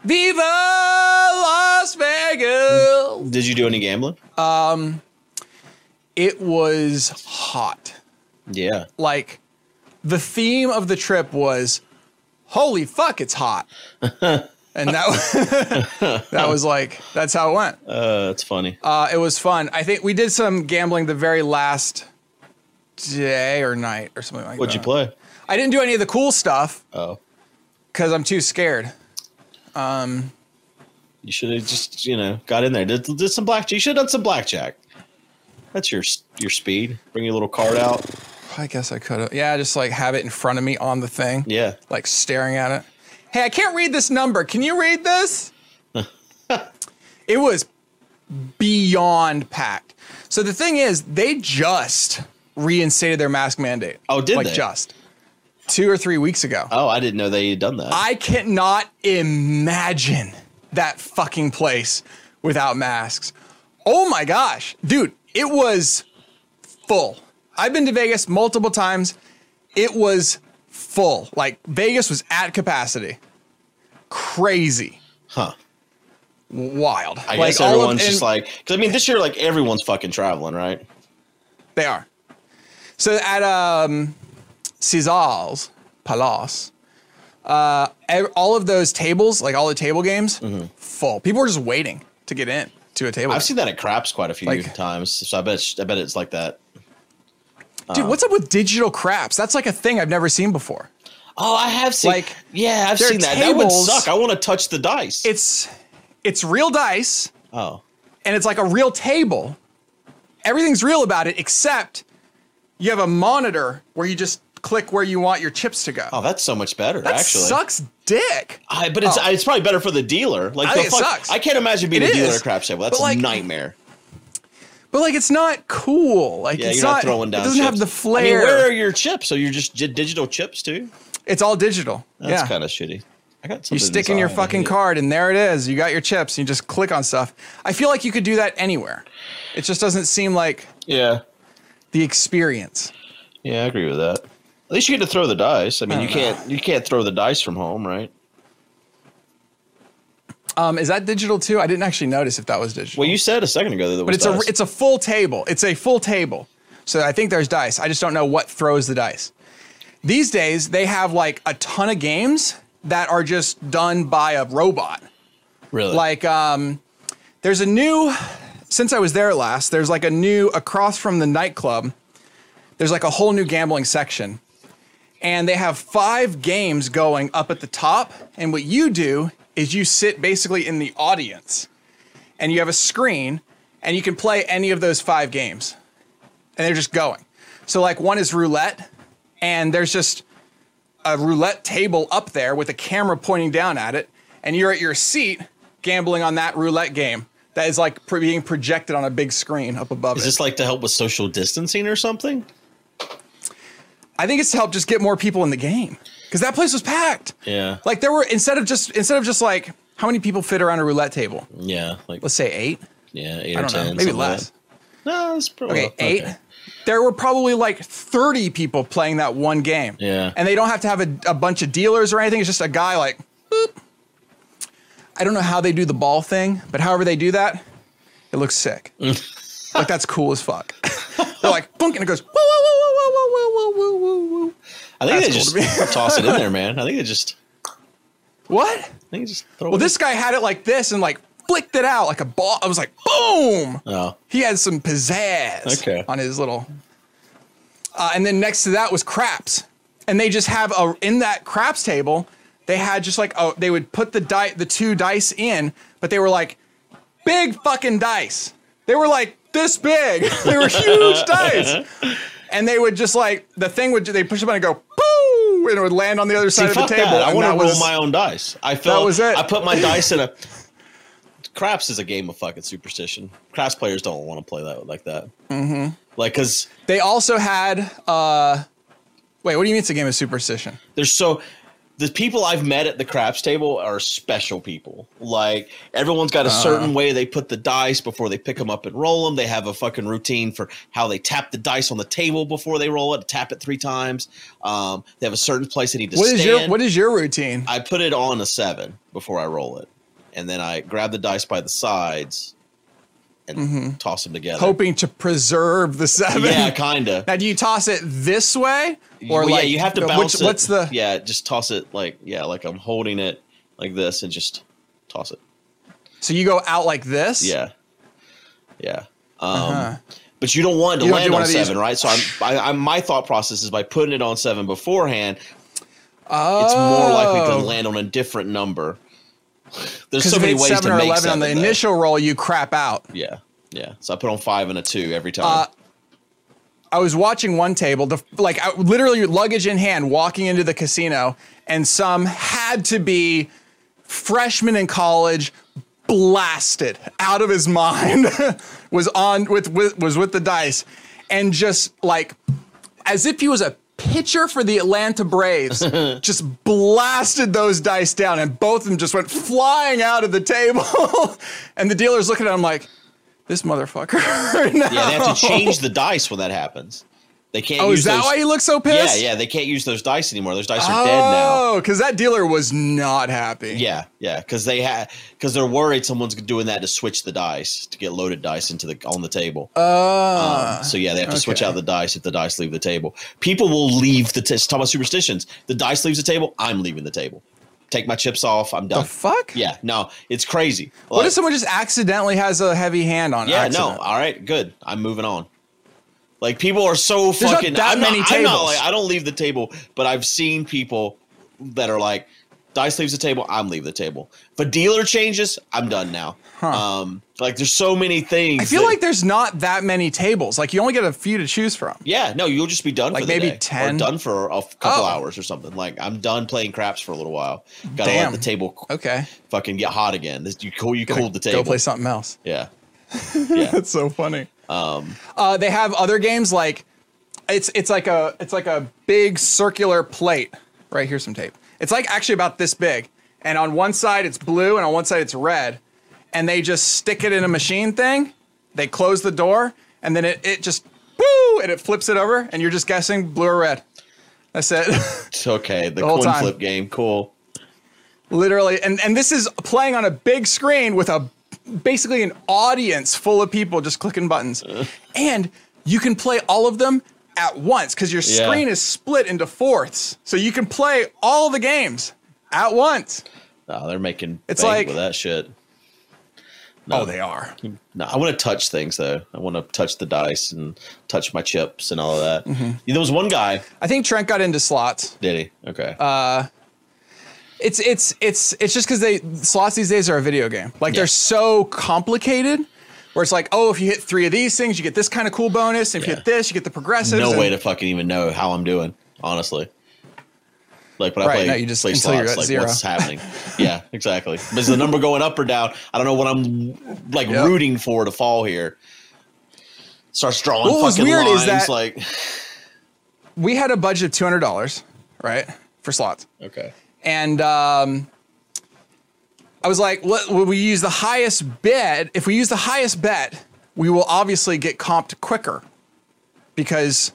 Viva Las Vegas!
Did you do any gambling?
It was hot.
Yeah.
like the theme of the trip was holy fuck it's hot and that was, that was like that's how it went
Uh, it's funny.
uh, it was fun i think we did some gambling the very last day or night or something like
What'd
that
you play?
i didn't do any of the cool stuff
Oh,
because i'm too scared
you should have just you know got in there. Did, did some blackjack. You should have done some blackjack. That's your your speed. Bring your little card out.
i guess i could have yeah just like have it in front of me on the thing
Yeah.
like staring at it. Hey, I can't read this number. Can you read this? it was beyond packed. So the thing is, they just reinstated their mask mandate.
Oh, did
like
they?
just two or three weeks ago.
Oh, I didn't know they had done that.
I cannot imagine that fucking place without masks. Oh my gosh, dude, it was full. I've been to Vegas multiple times. It was full. Like Vegas was at capacity. Crazy.
huh.
Wild.
I guess
all of-
everyone's just
and-
like because I mean this year like everyone's fucking traveling, right?
They are. So at um, Caesar's Palace, uh, ev- all of those tables, like all the table games, full. People were just waiting to get in to a table.
Mm-hmm. I've seen that at craps quite a few
Like-
times. So I bet I bet it's like that.
Dude, what's up with digital craps? That's like a thing I've never seen before.
Oh, I have seen.
Like,
yeah, I've
there are
seen that. That would
tables-
suck. I want to touch the dice.
It's it's real dice
oh,
and it's like a real table. Everything's real about it except you have a monitor where you just click where you want your chips to go.
oh, that's so much better.
that
actually,
sucks dick.
I, but it's
Oh.
it's probably better for the dealer. Like
I
the
think it
fuck,
sucks.
I can't imagine being
It
a dealer
is.
at a crap table.
But,
That's
like-
a nightmare.
But like, it's not cool. Like,
Yeah,
it's
you're not, throwing down.
It doesn't have
chips.
the
I mean,
flair.
where are your chips? So you're just j- digital chips too?
it's all digital.
That's
yeah.
kind of shitty. I got
You
something
stick in your
inside. I
fucking
hate it.
card, and there it is. You got your chips. You just click on stuff. I feel like you could do that anywhere. It just doesn't seem like
Yeah,
the experience.
yeah, I agree with that. At least you get to throw the dice. I mean,
I
you
don't know.
can't you can't throw the dice from home, right?
Um, is that digital too? I didn't actually notice if that was digital.
Well, you said a second ago that it
but
was
it's a
dice.
it's a full table. It's a full table. So I think there's dice. I just don't know what throws the dice. These days they have like a ton of games that are just done by a robot.
really
Like um there's a new since I was there last, there's like a new across from the nightclub. There's like a whole new gambling section. And they have five games going up at the top. And what you do is you sit basically in the audience and you have a screen and you can play any of those five games. And they're just going. So, like, one is roulette, and there's just a roulette table up there with a camera pointing down at it. And you're at your seat gambling on that roulette game that is like pro- being projected on a big screen up above
is
it.
this like to help with social distancing or something?
I think it's to help just get more people in the game because that place was packed.
Yeah,
Like there were instead of just instead of just like how many people fit around a roulette table?
yeah, like
Let's say eight.
yeah, eight
I
or
don't
ten,
know, maybe
something like
less.
that. No, it's probably
Okay, eight. There were probably like 30 people playing that one game.
Yeah.
And they don't have to have a, a bunch of dealers or anything. It's just a guy like, boop. I don't know how they do the ball thing, but however they do that, it looks sick. like that's cool as fuck. They're like, boom, and it goes, woo, woo, woo, woo, woo, woo, woo, woo, woo, woo.
I think
That's
they
cool to
just toss it in there, man. I think they just,
What?
I think they just throw
Well,
it. in.
this guy had it like this and like flicked it out like a ball. I was like, boom.
Oh,
He had some pizzazz
Okay.
on his little. Uh, and then next to that was craps, and they just have a in that craps table. They had just like oh they would put the die the two dice in, but they were like big fucking dice. They were like this big. they were huge dice, and they would just like the thing would they push a button and go boo, and it would land on the other
See,
side of
fuck
the table.
that. I
and
want to
that
roll
was-
my own dice. I felt
was it.
I put my dice in a. Craps is a game of fucking superstition. Craps players don't want to play that like that. Mm-hmm. Like, cause
They also had uh wait, what do you mean it's a game of superstition?
there's so the people I've met at the craps table are special people. Like everyone's got a
Uh-huh.
certain way they put the dice before they pick them up and roll them. They have a fucking routine for how they tap the dice on the table before they roll it. Tap it three times. Um, they have a certain place they need to
What is
stand.
your what is your routine?
I put it on a seven before I roll it, and then I grab the dice by the sides and
Mm-hmm.
toss them together.
Hoping to preserve the seven.
yeah, kinda.
Now do you toss it this way? Or
Well,
like
yeah, you have to
which-
bounce it.
what's the
yeah? Just toss it like yeah, like I'm holding it like this and just toss it.
so you go out like this?
Yeah, yeah. Um,
Uh-huh.
But you don't want it to
You don't
land
do one
on
of these-
seven, right? So I'm, I, I'm my thought process is by putting it on seven beforehand,
Oh,
it's more likely to land on a different number. There's
Because
so
if
many
it's
ways
seven
to
or
make
eleven on
seven,
the
though.
initial roll, you crap out.
Yeah, yeah. So I put on five and a two every time.
Uh, I was watching one table, the, like I, literally luggage in hand, walking into the casino, and some had to be freshman in college, blasted out of his mind, was on with, with was with the dice, and just like as if he was a pitcher for the Atlanta Braves, just blasted those dice down, and both of them just went flying out of the table, and the dealer's looking at him like. This motherfucker.
yeah, they
now."
have to change the dice when that happens. They can't.
Oh,
use
is that
those,
why you look so
Yeah,
pissed?
yeah. They can't use those dice anymore. Those dice are dead now.
Oh, because that dealer was not happy.
Yeah, yeah. Because they had because they're worried someone's doing that to switch the dice to get loaded dice into the on the table.
Uh,
Um, so yeah, they have to switch
okay.
out the dice if the dice leave the table. People will leave the. T- talk about superstitions. The dice leaves the table. I'm leaving the table. Take my chips off. I'm
the
done.
fuck?
yeah, no, it's crazy.
What
Like-
if someone just accidentally has a heavy hand on?
Yeah,
accident?
no. All right, good. I'm moving on. Like people are so
not
fucking.
that
I'm
many
not, I'm not,
tables.
like, I don't leave the table, but I've seen people that are like, dice leaves the table. I'm leaving the table. If a dealer changes, I'm done now. Um, like there's so many things.
I feel
that-
like there's not that many tables. Like you only get a few to choose from.
Yeah, no, you'll just be done.
Like
for the
maybe
day,
10?
or done for a f- couple
Oh.
hours or something. Like I'm done playing craps for a little while. Gotta
Damn.
let the table c-
Okay.
fucking get hot again. This, you cool, you
Gotta
cooled the
Go
table.
play something else.
yeah, Yeah.
That's so funny.
Um,
Uh, they have other games like it's it's like a it's like a big circular plate. Right here's some tape. It's like actually about this big, and on one side it's blue and on one side it's red, and they just stick it in a machine thing. They close the door and then it it just woo and it flips it over and you're just guessing blue or red. That's it.
it's okay. The,
whole
coin
time.
flip game. Cool.
Literally, and and this is playing on a big screen with a basically an audience full of people just clicking buttons,
Uh.
and you can play all of them at once because your
Yeah.
screen is split into fourths, so you can play all the games at once.
No, they're making
It's
it's
like-
like with that shit. No,
Oh, they are.
no, I want to touch things though. I want to touch the dice and touch my chips and all of that.
Mm-hmm.
Yeah, There was one guy.
I think Trent got into slots.
Did he? Okay.
Uh, It's it's it's it's just because they slots these days are a video game. Like
Yeah.
they're so complicated. Where it's like, oh, if you hit three of these things, you get this kind of cool bonus. If you
Yeah.
hit this, you get the progressives.
no
and-
way to fucking even know how I'm doing, honestly. Like when
Right,
I play,
no, you just-
play
until you're
slots,
at
like
zero.
what's happening? yeah, exactly. But is the number going up or down? I don't know what I'm like
Yep.
rooting for to fall here. Starts drawing
What was
fucking
weird
lines.
is that-
like
we had a budget of two hundred dollars, right, for slots,
okay,
and um, I was like, "Let will we use the highest bid? If we use the highest bet, we will obviously get comped quicker because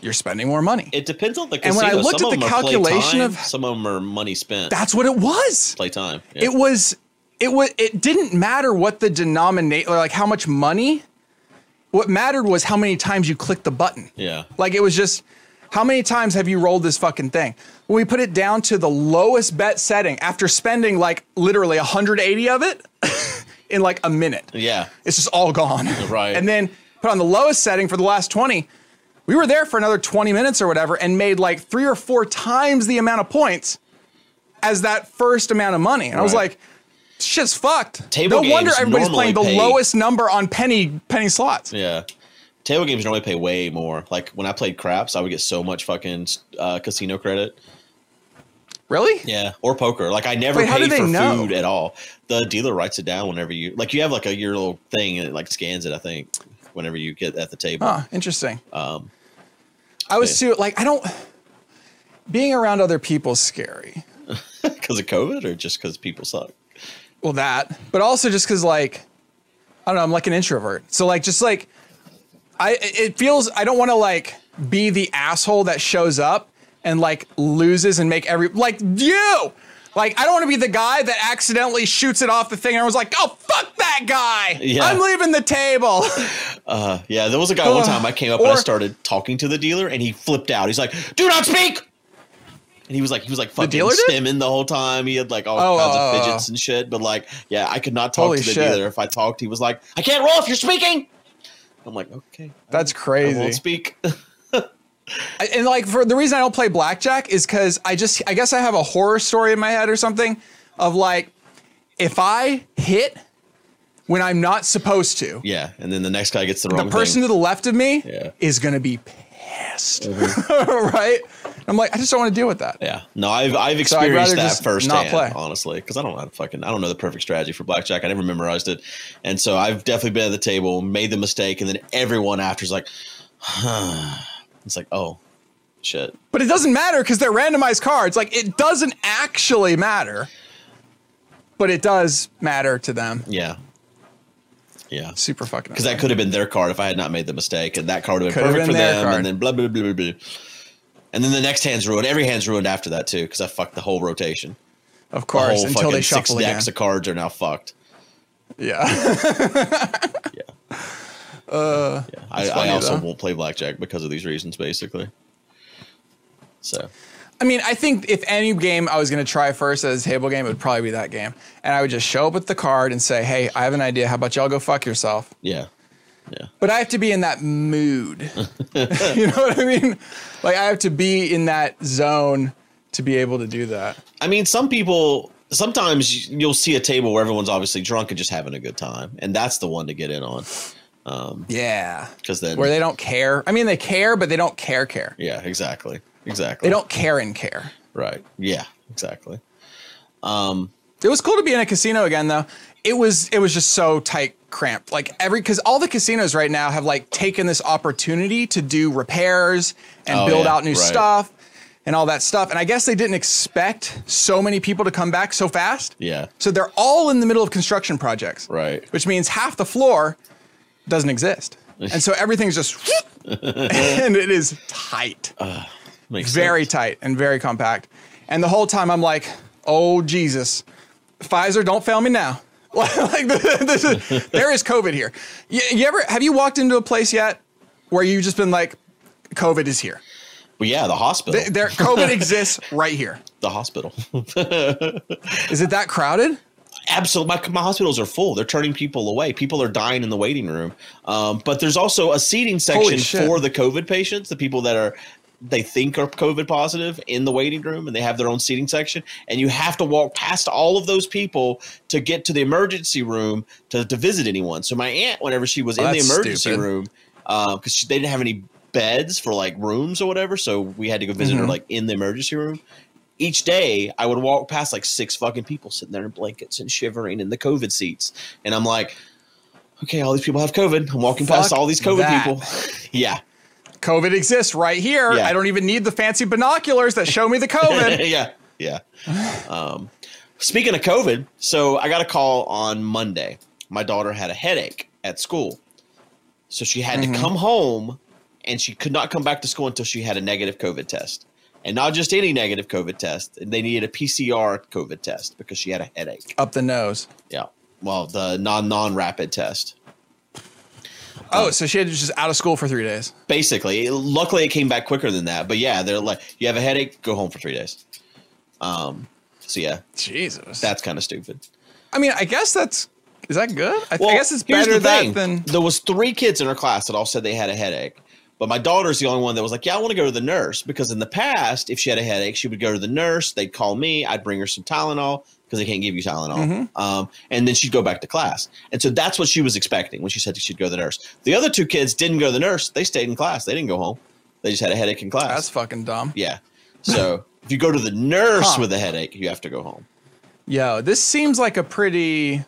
you're spending more money."
it depends on the
And
casino.
when I looked
some
at
of
the
them are play
calculation
time,
of-
some of them are money spent.
That's what it was.
play time. Yeah.
It was. It was. It didn't matter what the denominator, like how much money. What mattered was how many times you clicked the button.
yeah.
Like it was just, how many times have you rolled this fucking thing? When we put it down to the lowest bet setting after spending like literally 180 of it in like a minute,
Yeah.
it's just all gone.
Right.
And then put on the lowest setting for the last 20. We were there for another 20 minutes or whatever and made like three or four times the amount of points as that first amount of money. And I was
Right.
like, shit's fucked.
Table
no wonder
games
everybody's playing the
normally pay-
lowest number on penny penny slots.
Yeah. Table games normally pay way more. Like when I played craps, I would get so much fucking uh, casino credit.
Really?
Yeah, or poker. Like I never
Wait, how do
paid
they
for
know?
food at all. The dealer writes it down whenever you like. You have like a your little thing and it like scans it. I think whenever you get at the table.
Huh, interesting.
Um,
I was
Yeah.
too like I don't being around other people's scary.
because of COVID or just because people suck.
Well, that, but also just because like I don't know, I'm like an introvert, so like just like I it it feels I don't want to like be the asshole that shows up and like loses and make every like you. Like I don't want to be the guy that accidentally shoots it off the thing and was like, "Oh fuck that guy!
Yeah.
I'm leaving the table."
Uh, yeah, there was a guy one
Ugh.
time I came up and I
Or-
started talking to the dealer and he flipped out. He's like, "Do not speak." And he was like, he was like fucking
dealer did?
stimming the whole time. He had like all
Oh,
kinds
oh, oh,
of fidgets and shit. But like, yeah, I could not talk
Holy
to the
shit.
dealer. If I talked, he was like, "I can't roll if you're speaking." I'm like, okay,
That's
I
crazy.
won't speak.
I- and like for the reason I don't play blackjack is because I just I guess I have a horror story in my head or something of like if I hit when I'm not supposed to,
Yeah, and then the next guy gets the
the
wrong
person
thing.
to the left of me
Yeah. Mm-hmm.
is gonna be pissed, right? I'm like I just don't want to deal with that.
yeah, no, I've I've
So I'd rather
experienced that
just not
firsthand,
play.
honestly, because I don't know fucking I don't know the perfect strategy for blackjack. I never memorized it, and so I've definitely been at the table, made the mistake, and then everyone after is like, it's like oh, shit.
But it doesn't matter because they're randomized cards. Like it doesn't actually matter, but it does matter to them.
Yeah. Yeah.
Super fucking.
Because that could have been their card if I had not made the mistake, and that card would have been
Could have
perfect
been
for
their
them,
card.
and then blah, blah, blah, blah, blah. And then the next hand's ruined. Every hand's ruined after that, too, because I fucked the whole rotation.
of
The
course
whole
until they
fucking six
shuffle again.
decks of cards are now fucked.
yeah.
Yeah. yeah. I,
Uh, funny,
I also
though.
won't play blackjack because of these reasons, basically. So,
I mean, I think if any game I was going to try first as a table game, it would probably be that game. And I would just show up with the card and say, hey, I have an idea. How about y'all go fuck yourself?
yeah. Yeah.
But I have to be in that mood. you know what I mean? Like, I have to be in that zone to be able to do that.
I mean, some people sometimes you'll see a table where everyone's obviously drunk and just having a good time, and that's the one to get in on
Yeah.
because then,
Where they don't care. I mean, they care, but they don't care, care.
yeah, exactly, exactly.
They don't care and care.
Right. Yeah, exactly. Um,
It was cool to be in a casino again though. It was it was just so tight cramped. Like every cuz all the casinos right now have like taken this opportunity to do repairs and
Oh,
build
yeah,
out new
right.
stuff and all that stuff. And I guess they didn't expect so many people to come back so fast.
Yeah.
So they're all in the middle of construction projects.
Right.
Which means half the floor doesn't exist. And so everything's just and it is tight
Makes
very
sense.
tight and very compact. And the whole time I'm like, oh Jesus, Pfizer, don't fail me now. like this is, there is COVID here. You, you ever have you walked into a place yet where you've just been like, COVID is here.
Well, yeah, the hospital.
Th- There, COVID exists right here.
the hospital.
Is it that crowded?
Absolutely, my, my hospitals are full. They're turning people away. People are dying in the waiting room. Um, but there's also a seating
Holy
section
shit.
for the COVID patients, the people that are they think are COVID positive in the waiting room, and they have their own seating section. And you have to walk past all of those people to get to the emergency room to, to visit anyone. So my aunt, whenever she was
Oh,
in the
that's
emergency
stupid.
room, because she they didn't have any beds for like rooms or whatever, so we had to go
Mm-hmm.
visit her like in the emergency room each day I would walk past like six fucking people sitting there in blankets and shivering in the COVID seats. And I'm like, okay, all these people have COVID. I'm walking past
Fuck
all these COVID
that.
people. yeah.
COVID exists right here.
Yeah.
I don't even need the fancy binoculars that show me the COVID.
yeah. Yeah. Um, speaking of COVID, so I got a call on Monday. My daughter had a headache at school. So she had
Mm-hmm.
to come home and she could not come back to school until she had a negative COVID test. And not just any negative COVID test, they needed a PCR COVID test because she had a headache.
Up the nose.
Yeah. Well, the non non rapid test.
Oh, so she had to just out of school for three days.
Basically, luckily it came back quicker than that. But yeah, they're like, you have a headache, go home for three days. Um. So yeah,
Jesus.
that's kind of stupid.
I mean, I guess that's is that good? I, th- I guess it's
here's
better
the
that
thing.
than
there was three kids in her class that all said they had a headache. But my daughter's the only one that was like, "Yeah, I want to go to the nurse." Because in the past, if she had a headache, she would go to the nurse. They'd call me. I'd bring her some Tylenol because they can't give you Tylenol.
Mm-hmm.
Um, and then she'd go back to class. And so that's what she was expecting when she said she'd go to the nurse. The other two kids didn't go to the nurse. They stayed in class. They didn't go home. They just had a headache in class.
that's fucking dumb.
yeah. So if you go to the nurse
Huh.
with a headache, you have to go home.
Yo, this seems like a pretty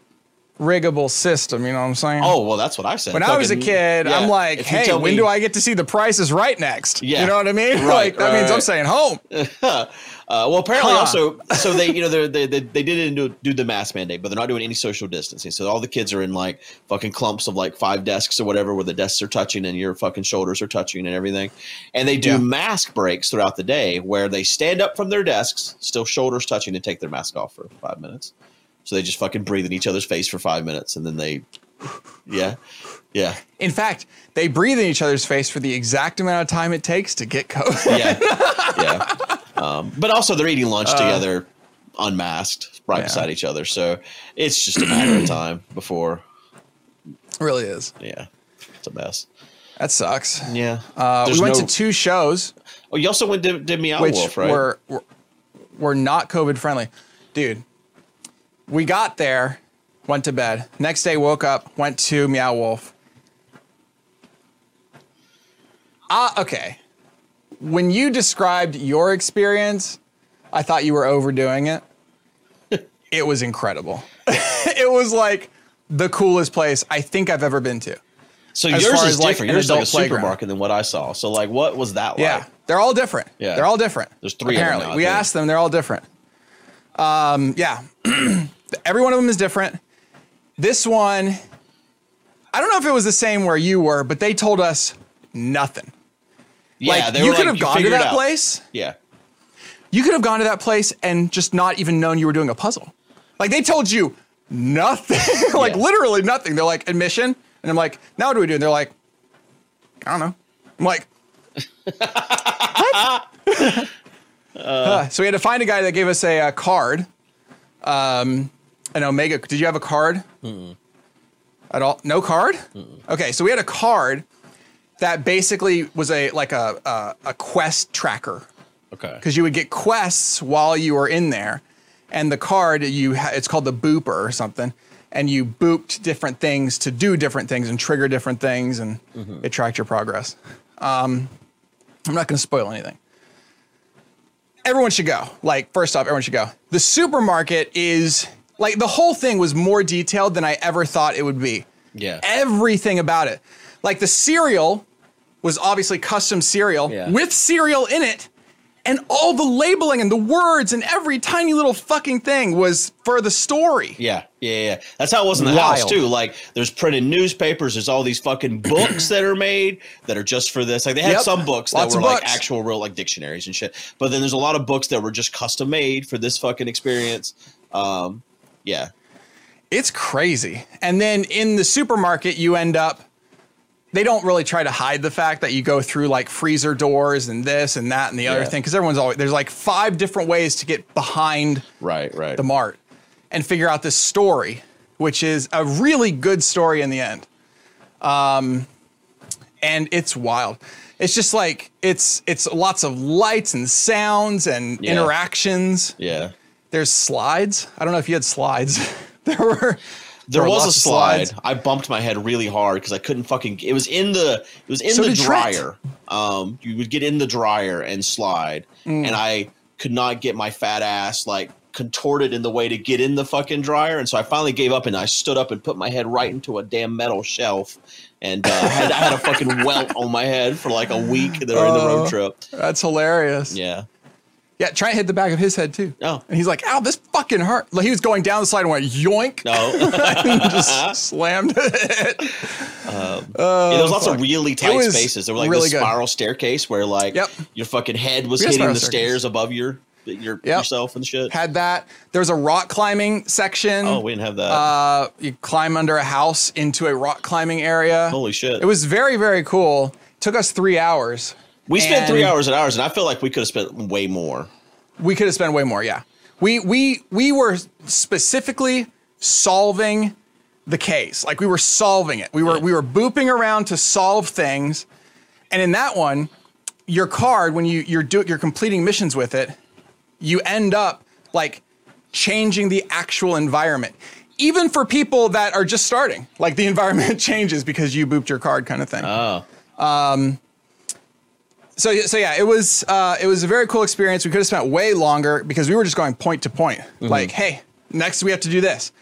riggable system. You know what I'm saying?
Oh well, that's what I said.
when I was a
Fucking-
kid,
yeah.
I'm like,
If you
hey,
tell
when
me-
do I get to see the prices right next?
Yeah.
You know what I mean?
Right,
like that
right,
means I'm
right.
staying home.
uh, well, apparently
Huh.
also, so they, you know, they're, they they they didn't do, do the mask mandate, but they're not doing any social distancing. So all the kids are in like fucking clumps of like five desks or whatever, where the desks are touching and your fucking shoulders are touching and everything. And they do
Yeah.
mask breaks throughout the day where they stand up from their desks, still shoulders touching, and take their mask off for five minutes. So they just fucking breathe in each other's face for five minutes, and then they, yeah, yeah,
In fact, they breathe in each other's face for the exact amount of time it takes to get COVID.
yeah, yeah. Um, but also, they're eating lunch together, unmasked, right
Uh, Yeah.
beside each other. So it's just a matter of time before.
It really is.
Yeah, it's a mess.
That sucks.
Yeah.
Uh, we
There's
went
no-
to two shows,
Oh, you also went to did Meow
which
Wolf, right?
were, were were not COVID friendly, dude. We got there, went to bed. Next day, woke up, went to Meow Wolf. Ah, okay. When you described your experience, I thought you were overdoing it. it was incredible. it was like the coolest place I think I've ever been to.
so
as
yours
far
is
as, like,
different.
an
yours is like a
adult playground.
supermarket than what I saw. So, like, what was that like?
Yeah, they're all different.
Yeah.
they're all different.
There's three of them
Apparently,
now, I
we
think.
asked them. They're all different. Um, yeah, every one of them is different. This one, I don't know if it was the same where you were, but they told us nothing.
Yeah,
like
they
you
were
could
like,
have gone to
figure it
that
out.
place.
Yeah.
You could have gone to that place and just not even known you were doing a puzzle. Like they told you nothing. like
Yeah.
literally nothing. They're like admission, and I'm like, now what do we do? And they're like, I don't know. I'm like, what? Huh. so we had to find a guy that gave us a, uh card. Um, an Omega. Did you have a card? At all? No card. Okay, so we had a card that basically was a like a a, a quest tracker
Okay.
because you would get quests while you were in there, and the card you ha- it's called the booper or something, and you booped different things to do different things and trigger different things, and it tracked your progress. Um, I'm not going to spoil anything. Everyone should go. Like first off, everyone should go. The supermarket is Like the whole thing was more detailed than I ever thought it would be.
Yeah.
Everything about it. Like the cereal was obviously custom cereal
Yeah.
with cereal in it. And all the labeling and the words and every tiny little fucking thing was for the story.
Yeah, yeah, yeah. That's how it was in the house
Wild.
too. Like, there's printed newspapers. There's all these fucking books that are made that are just for this. Like, they had
Yep.
some books that
Lots
were
of
like
books.
actual real like dictionaries and shit. But then there's a lot of books that were just custom made for this fucking experience. Um, yeah,
It's crazy. And then in the supermarket, you end up, they don't really try to hide the fact that you go through like freezer doors and this and that and the other
Yeah.
thing. Cause everyone's always, there's like five different ways to get behind
right, right.
the mart and figure out this story, which is a really good story in the end. Um, and it's wild. It's just like, it's, it's lots of lights and sounds and
Yeah.
interactions.
yeah,
There's slides. I don't know if you had slides. there were,
there
were
was a
lots of
slide.
slides.
I bumped my head really hard because I couldn't fucking. It was in the. It was in
So
the
did Trent.
dryer. Um, you would get in the dryer and slide,
Mm.
and I could not get my fat ass like contorted in the way to get in the fucking dryer, and so I finally gave up and I stood up and put my head right into a damn metal shelf, and uh, I, had, I had a fucking welt on my head for like a week during the
Oh.
road trip.
That's hilarious. Yeah.
Yeah.
Trent hit the back of his head too.
Oh.
And he's like, ow, this fucking hurt. Like he was going down the slide and went yoink.
No.
and just slammed it.
Yeah, there was lots
Oh, fuck.
of really tight
was
spaces. There were like
really
this
good.
spiral staircase where like
Yep.
your fucking head was
We had
hitting
spiral
the
staircase.
stairs above your your
Yep.
yourself and shit.
Had that. There was a rock climbing section.
oh, we didn't have that.
Uh, you climb under a house into a rock climbing area.
Holy shit.
It was very, very cool. Took us three hours.
we spent three
and-
hours and hours, and I feel like we could have spent way more.
we could have spent way more. Yeah, we we we were specifically solving the case. Like we were solving it. We were
Yeah.
we were booping around to solve things, and in that one, your card when you you're do, you're completing missions with it, you end up like changing the actual environment. Even for people that are just starting, like the environment changes because you booped your card, kind of thing
Oh,
so so yeah, it was uh, it was a very cool experience. We could have spent way longer because we were just going point to point.
Mm-hmm.
Like, hey, next we have to do this.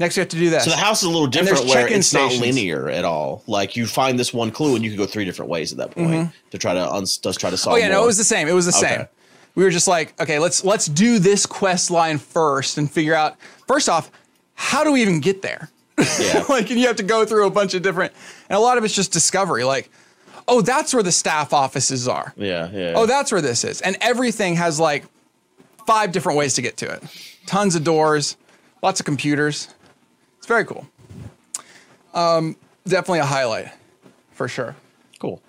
Next we have to do this.
so the house is a little different
there's
where
check-in
it's not
stations.
linear at all. Like you find this one clue, and you could go three different ways at that point to try to un- to try to solve.
Mm-hmm. oh yeah, no,
more.
it was the same. It was the
Okay.
same. We were just like, okay, let's let's do this quest line first and figure out first off, how do we even get there?
Yeah.
like and you have to go through a bunch of different and a lot of it's just discovery, like, oh, that's where the staff offices are.
yeah, yeah.
oh, that's where this is. And everything has like five different ways to get to it. Tons of doors, lots of computers. It's very cool. Um, definitely a highlight for sure.
cool.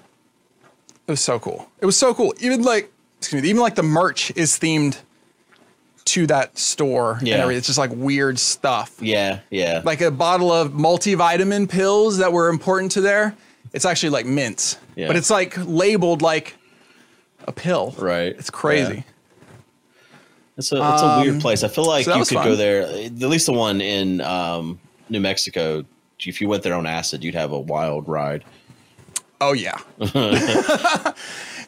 It was so cool. It was so cool. Even like, excuse me, even like the merch is themed to that store.
Yeah.
And everything. It's just like weird stuff.
Yeah, yeah.
Like a bottle of multivitamin pills that were important to there. It's actually like mints,
Yeah.
but it's like labeled like a pill.
Right.
It's crazy.
Yeah. It's a it's a weird place. I feel
Um,
like
so that
you
was
could go
fun.
there. At least the one in um, New Mexico. If you went there on acid, you'd have a wild ride.
Oh yeah.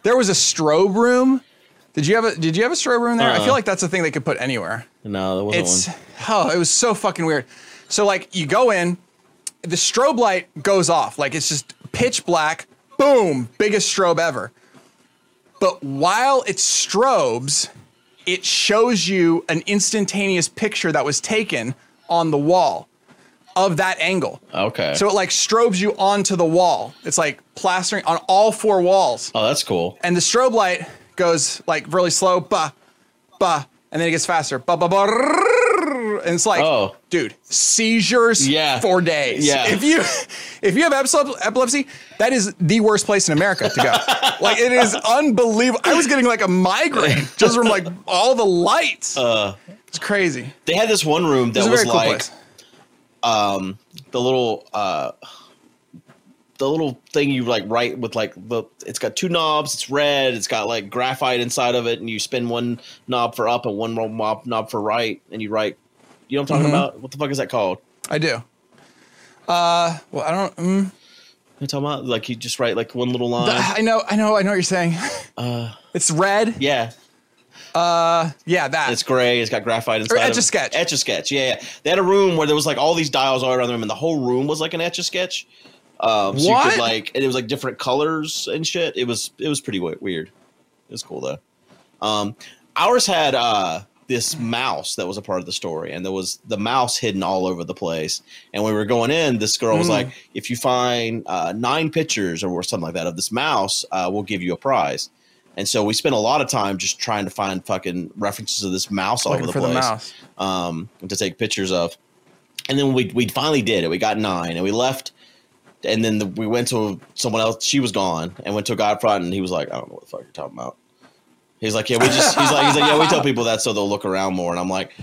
there was a strobe room. Did you have a Did you have a strobe room there? I
Uh-uh.
feel like that's a thing they could put anywhere.
No, there wasn't
It's
one.
oh, it was so fucking weird. So like you go in, the strobe light goes off. Like it's just pitch black. Boom, biggest strobe ever. But while it strobes, it shows you an instantaneous picture that was taken on the wall of that angle.
Okay.
So it like strobes you onto the wall. It's like plastering on all four walls.
oh, that's cool.
And the strobe light goes like really slow, ba, ba, and then it gets faster, ba, ba, ba, rrrr. and it's like,
Oh.
dude, seizures
Yeah.
for days.
Yeah.
If you if you have epsol- epilepsy, that is the worst place in America to go. like it is unbelievable. I was getting like a migraine just from like all the lights. it's crazy.
They had this one room
It's
Uh. that
a
was
very cool
like
place.
the little uh, the little thing you like write with like the. It's got two knobs. It's red. It's got like graphite inside of it, and you spin one knob for up and one ro- knob knob for right, and you write. You know what I'm
Mm-hmm.
talking about? What the fuck is that called?
I do. Uh, well, I don't. mm.
You know what I'm talking about? Like you just write like one little line.
I know, I know, I know what you're saying. it's red.
Uh, Yeah.
Uh, yeah, that.
It's gray. It's got graphite inside.
Etch a
of it.
Sketch.
Etch a sketch. Yeah, yeah. They had a room where there was like all these dials all around the room, and the whole room was like an etch a sketch. Um, so you
What?
could like, and it was like different colors and shit. It was it was pretty we- weird. It was cool though. Um, ours had uh this mouse that was a part of the story, and there was the mouse hidden all over the place. And when we were going in, this girl was
Mm.
like, "If you find uh, nine pictures or something like that of this mouse, uh, we'll give you a prize." And so we spent a lot of time just trying to find fucking references of this mouse all
Looking
over the
for the
place
mouse.
um, to take pictures of. And then we we finally did it. We got nine, and we left. And then the, we went to someone else. She was gone, and went to a guy up front, and he was like, "I don't know what the fuck you're talking about." He's like, "Yeah, we just." He's like, "He's like, yeah, we tell people that so they'll look around more." And I'm like,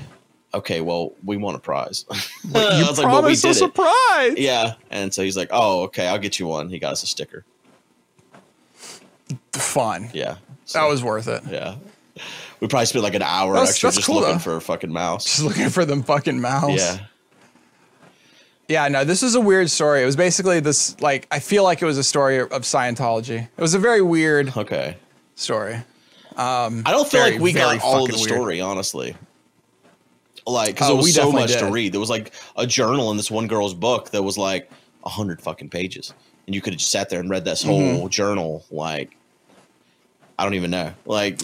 "Okay, well, we want a prize." I Uh, was like, "Well, we
Promise a
did it."
surprise.
Yeah, and so he's like, "Oh, okay, I'll get you one." He got us a sticker.
Fun.
Yeah,
That
So,
was worth it.
yeah. We probably spent like an hour
That's-
extra
that's
just
cool,
looking
though.
for a fucking
Just
mouse.
looking for the fucking mouse.
Yeah,
Yeah, no, this is a weird story. It was basically this, like, I feel like it was a story of Scientology. It was a very weird
okay.
story.
I don't feel
Very,
like we
very
got all of the
fucking weird.
story, honestly. Like, because
Oh,
there was
we
so
definitely
much to
did.
read. There was like a journal in this one girl's book that was like a hundred fucking pages, and you could have just sat there and read this whole
Mm-hmm.
journal. Like, I don't even know. Like,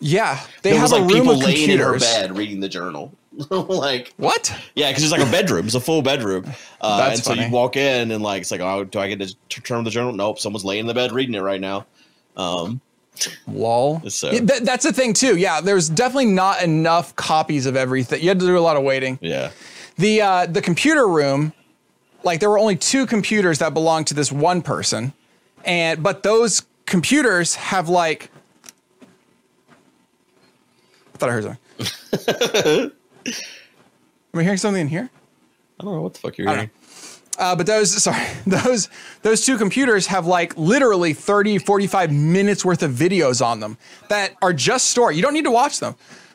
Yeah, they
there
have
was
a
like
room
people
of
laying in her
computers.
bed reading the journal. like,
What?
yeah, because it's like a bedroom. It's a full bedroom. Uh,
That's
and so
funny.
you walk in and like it's like, oh, do I get to t- turn on the journal? Nope, someone's laying in the bed reading it right now. Um,
Lol.
So-
Yeah, th- that's the thing too. Yeah, there's definitely not enough copies of everything. You had to do a lot of waiting.
yeah,
The uh, the computer room, like there were only two computers that belonged to this one person, and but those computers have like. I thought I heard something. Am I hearing something in here?
I don't know what the fuck you're hearing.
Uh, but those, sorry, those those two computers have like literally 30, 45 minutes worth of videos on them that are just story. You don't need to watch them,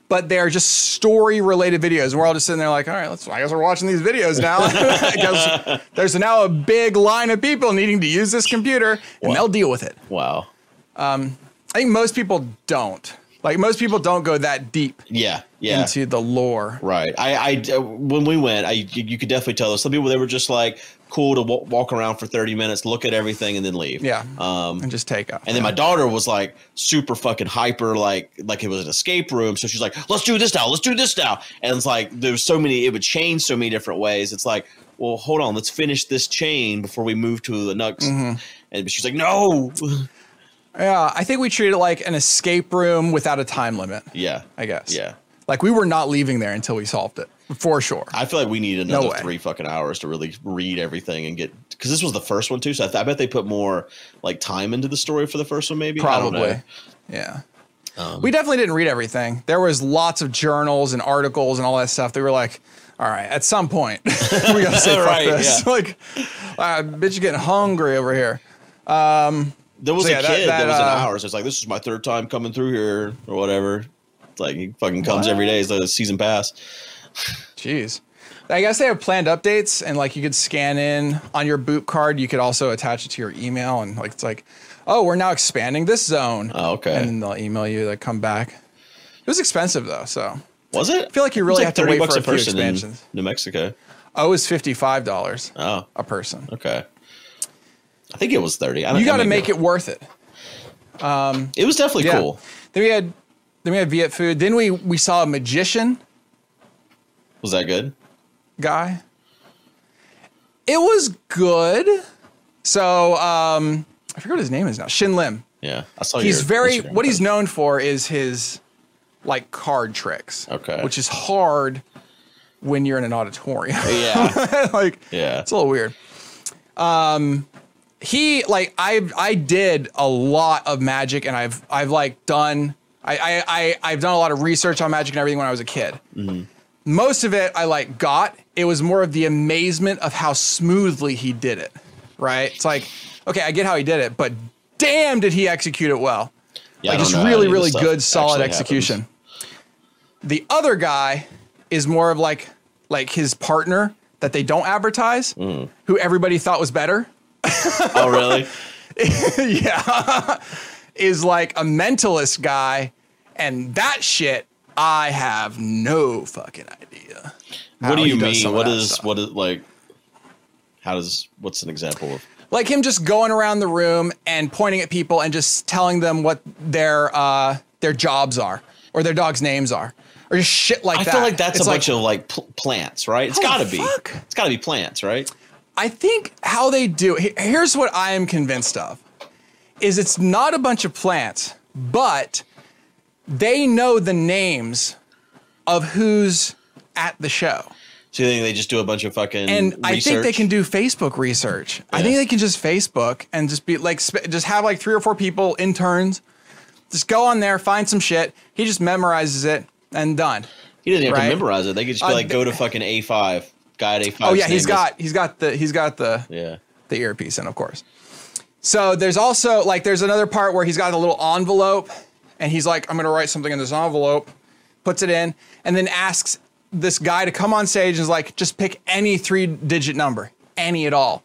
but they are just story related videos. And we're all just sitting there like, all right, let's, I guess we're watching these videos now. Because there's now a big line of people needing to use this computer and they'll deal with it.
Wow.
I think most people don't. Like most people don't go that deep
Yeah, yeah,
into the lore.
right. I, I, when we went, I, you, you could definitely tell. Some people they were just like cool to w- walk around for thirty minutes, look at everything, and then leave.
Yeah.
Um,
and just take off.
and then my daughter was like super fucking hyper, like like it was an escape room. So she's like, "Let's do this now. Let's do this now." And it's like there's so many. It would change so many different ways. It's like, well, hold on, let's finish this chain before we move to the next.
Mm-hmm.
And she's like, "No."
yeah, I think we treat it like an escape room without a time limit.
yeah.
I guess.
Yeah.
Like we were not leaving there until we solved it for sure.
I feel like we need another
way.
three fucking hours to really read everything and get because this was the first one too. So I, th- I bet they put more like time into the story for the first one, maybe. I don't know. Um,
Probably. Yeah. we definitely didn't read everything. There was lots of journals and articles and all that stuff. They were like, all right, at some point, we gotta say fuck
Right,
this.
yeah.
Like, uh, bitch, you're getting hungry over here.
There was
So,
a
yeah, that-
kid that,
that,
was an
uh,
hour. So it's like this is my third time coming through here or whatever. It's like he fucking comes every day. It's like a season pass.
Jeez. I guess they have planned updates and like you could scan in on your boot card. You could also attach it to your email and like it's like, oh, we're now expanding this zone.
Oh, okay.
And then they'll email you like come back. It was expensive though, so
Was it? I
feel like you really have to wait for a few expansions.
in New Mexico.
Oh, it's fifty five dollars
Oh,
a person.
okay. I think it was thirty. I don't,
You
I
got to
may
make
know.
it worth it.
It was definitely
Yeah.
cool.
Then we had then we had Viet food. Then we we saw a magician
Was that good?
guy. It was good. So um, I forget what his name is now. Shin Lim.
Yeah, I saw.
He's
your
very
Instagram
what he's
post.
known for is his like card tricks.
Okay.
Which is hard when you're in an auditorium.
Yeah,
like
yeah.
It's a little weird. Um, he like I I did a lot of magic, and I've I've like done I I, I I've done a lot of research on magic and everything when I was a kid. Most of it I like got. It was more of the amazement of how smoothly he did it. Right? It's like okay, I get how he did it, but damn, did he execute it well
Yeah, I
like
don't
just
know how
really
any of this
really
stuff
good solid
actually
execution
happens.
the other guy is more of like like his partner that they don't advertise
Mm.
who everybody thought was better
Oh, really?
yeah is like a mentalist guy And that shit, I have no fucking idea. how
What do
he
you
does
mean?
some of
What
that
is
stuff.
what is like? How does what's an example of?
like him just going around the room and pointing at people and just telling them what their uh, their jobs are or their dogs' names are or just shit like
I
that.
feel like that's
It's
a bunch of like pl- plants, right? It's
How the
got to be.
fuck?
It's got to be plants, right?
I think how they do. he- Here's what I am convinced of: is it's not a bunch of plants, but they know the names of who's at the show.
So you think they just do a bunch of fucking
and I think they
research?
can do Facebook research. I think
Yeah.
they can just Facebook and just be like, sp- just have like three or four people interns, just go on there, find some shit. He just memorizes it and done.
He doesn't have
right?
to memorize it. They could just be
Uh,
like,
th-
go to fucking A five, guy at A five.
oh yeah, he's got he's got the he's got the
Yeah.
the earpiece in, of course. So there's also like there's another part where he's got a little envelope, and he's like, I'm gonna write something in this envelope, puts it in, and then asks this guy to come on stage and is like, just pick any three-digit number, any at all.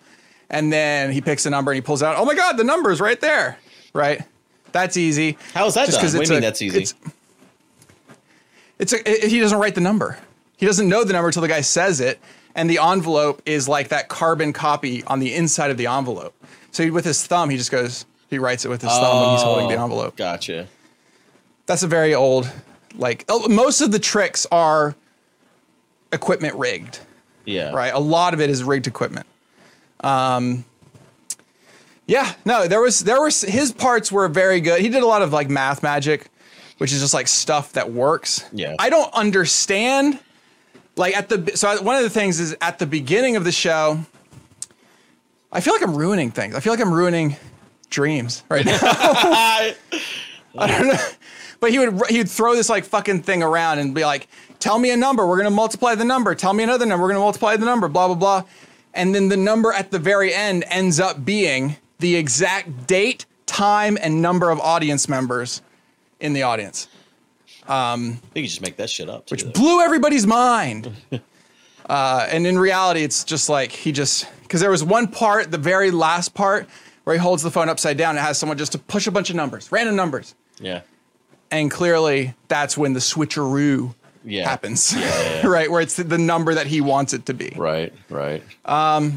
And then he picks a number and he pulls out, oh my god, the number's right there. Right? That's easy.
How is that
Just
done?
'cause
What do
it's a-
you mean that's easy?
It's, it's a, it- he doesn't write the number. He doesn't know the number until the guy says it, and the envelope is like that carbon copy on the inside of the envelope. So he, with his thumb, he just goes. He writes it with his thumb when he's holding the
Oh,
envelope.
Gotcha.
That's a very old, like oh, most of the tricks are equipment rigged,
Yeah.
right? A lot of it is rigged equipment. Um, yeah, no, there was there was his parts were very good. He did a lot of like math magic, which is just like stuff that works.
Yeah.
I don't understand. Like at the so I, one of the things is at the beginning of the show. I feel like I'm ruining things. I feel like I'm ruining dreams right now.
I,
But he would he would throw this like fucking thing around and be like, "Tell me a number. We're gonna multiply the number. Tell me another number. We're gonna multiply the number. Blah blah blah." And then the number at the very end ends up being the exact date, time, and number of audience members in the audience,
think you just make that shit up. Which
blew everybody's mind. uh, and in reality, it's just like he just because there was one part, the very last part, where he holds the phone upside down and has someone just to push a bunch of numbers, random numbers,
yeah.
and clearly that's when the switcheroo
Yeah.
happens,
yeah, yeah.
right? Where it's the, the number that he wants it to be.
Right. Right.
Uh,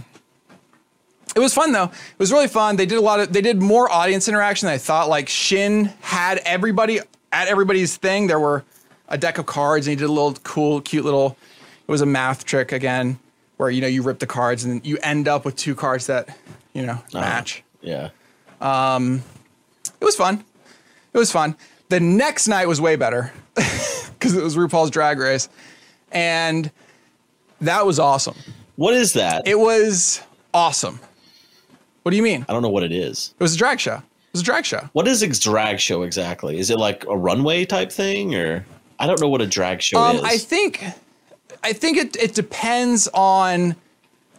It was fun though. It was really fun. They did a lot of they did more audience interaction than I thought. Like Shin had everybody at everybody's thing. There were a deck of cards, and he did a little cool, cute little. It was a math trick again, where you know you rip the cards and you end up with two cards that you know match.
Yeah.
It was fun. It was fun. The next night was way better because it was RuPaul's Drag Race, and that was awesome.
What is that?
It was awesome. What do you mean?
I don't know what it is.
It was a drag show. It was a drag show.
What is a drag show exactly? Is it like a runway type thing or? I don't know what a drag show
Um,
is.
I think, I think it it depends on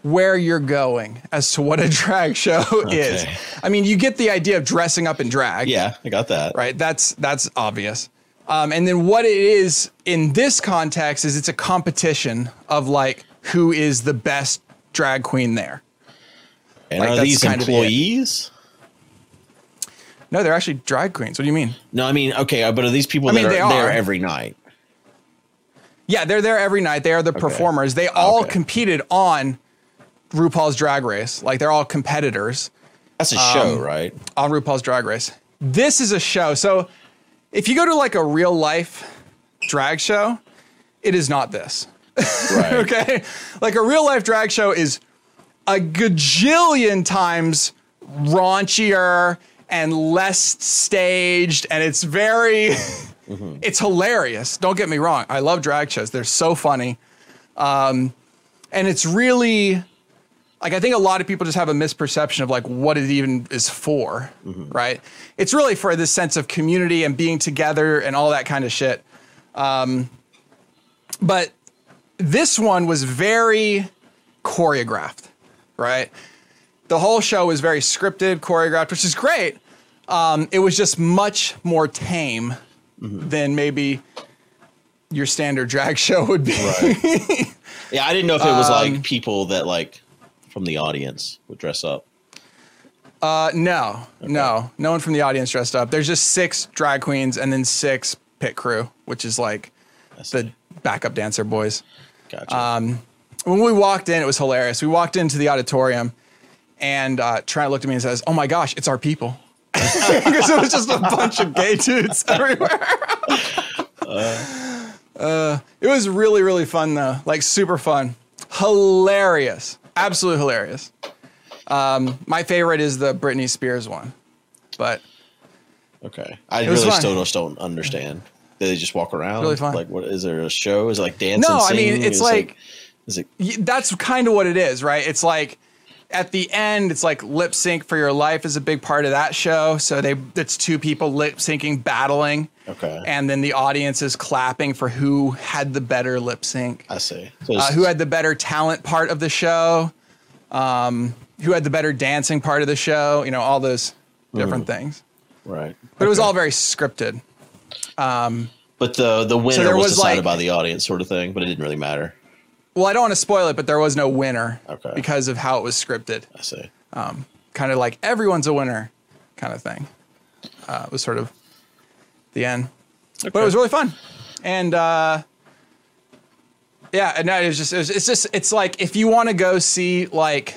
where you're going as to what a drag show is.
Okay.
I mean, you get the idea of dressing up in drag.
yeah, I got that.
right? That's that's obvious. Um, and then what it is in this context is it's a competition of like who is the best drag queen there.
And
Like,
are
that's
these
kind of it.
employees?
No, they're actually drag queens. What do you mean?
No, I mean, okay, uh, but are these people
I mean,
that
they
are,
are.
there every night?
Yeah, they're there every night. They are the performers. They all
Okay.
competed on RuPaul's Drag Race. Like they're all competitors
That's a
Um,
show, right?
on RuPaul's Drag Race. This is a show. So if you go to like a real life drag show, it is not this.
Right.
okay? Like a real life drag show is a gajillion times raunchier and less staged, and it's very, it's hilarious. Don't get me wrong. I love drag shows, they're so funny. Um, and it's really, like, I think a lot of people just have a misperception of, like, what it even is for, right? It's really for this sense of community and being together and all that kind of shit. Um, but this one was very choreographed, right? The whole show was very scripted, choreographed, which is great. Um, it was just much more tame than maybe your standard drag show would be.
Right. yeah, I didn't know if it was
Um,
like people that like from the audience would dress up.
Uh, no, no, no one from the audience dressed up. There's just six drag queens and then six pit crew, which is like the backup dancer boys.
Gotcha.
um, When we walked in, it was hilarious. We walked into the auditorium, and uh, Trent looked at me and says, "Oh my gosh, it's our people." Because it was just a bunch of gay dudes everywhere. Uh, it was really, really fun though. Like super fun, hilarious, absolutely hilarious. Um, my favorite is the Britney Spears one, but
okay. I
was
really
fun.
still just don't understand. Do they just walk around?
Really fun.
Like, what is there a show? Is it like dancing?
No, I mean, it's like-
is it
y- that's kind of what it is, right? It's like at the end, it's like lip sync for your life is a big part of that show. So they it's two people lip syncing, battling,
okay?
and then the audience is clapping for who had the better lip sync,
I see. So
uh,
it's-
who had the better talent part of the show, um, who had the better dancing part of the show. You know, all those
Hmm.
different things.
right?
But it was all very scripted.
But the the winner
there
was,
was,
decided
like-
by the audience, sort of thing. But it didn't really matter.
Well, I don't want to spoil it, but there was no winner
Okay.
because of how it was scripted.
I see.
kind of like everyone's a winner kind of thing. Uh, it was sort of the end, but it was really fun. And uh, yeah, and no, it was just, it was, it's just, it's like if you want to go see, like,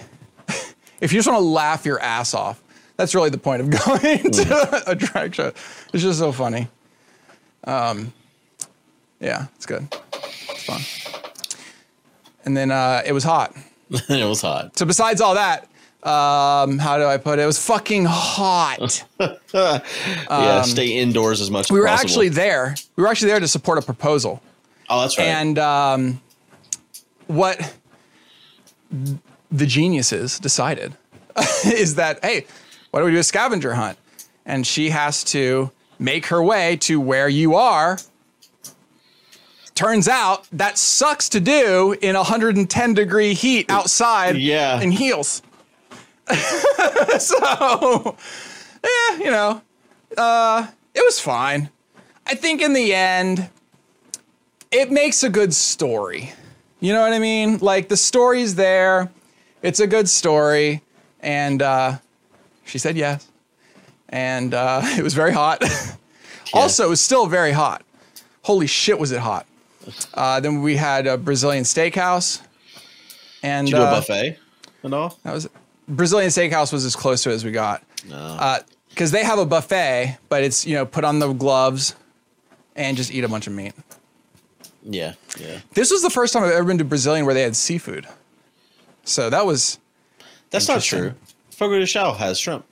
if you just want to laugh your ass off, that's really the point of going to a drag show. It's just so funny. Um, yeah, it's good. It's fun. And then uh, it was hot.
it was hot.
So besides all that, um, how do I put it? It was fucking hot.
yeah, stay indoors as much.
Um, We
as
were
possible.
actually there. We were actually there to support a proposal.
Oh, that's right.
And um, what the geniuses decided is that, hey, why don't we do a scavenger hunt? And she has to make her way to where you are. Turns out that sucks to do in 110 degree heat outside
Yeah.
in heels. so, yeah, you know, uh, it was fine. I think in the end, it makes a good story. You know what I mean? Like the story's there. It's a good story. And uh, she said yes. And uh, it was very hot. Also, it was still very hot. Holy shit, was it hot. Uh, then we had a Brazilian steakhouse. And
Did you do
uh,
a buffet and all.
that was Brazilian steakhouse was as close to it as we got
No.
uh, because they have a buffet, but it's you know put on the gloves and just eat a bunch of meat.
yeah, yeah.
This was the first time I've ever been to Brazilian where they had seafood, so that was
That's not
Interesting.
true. Fogo de Chao has shrimp.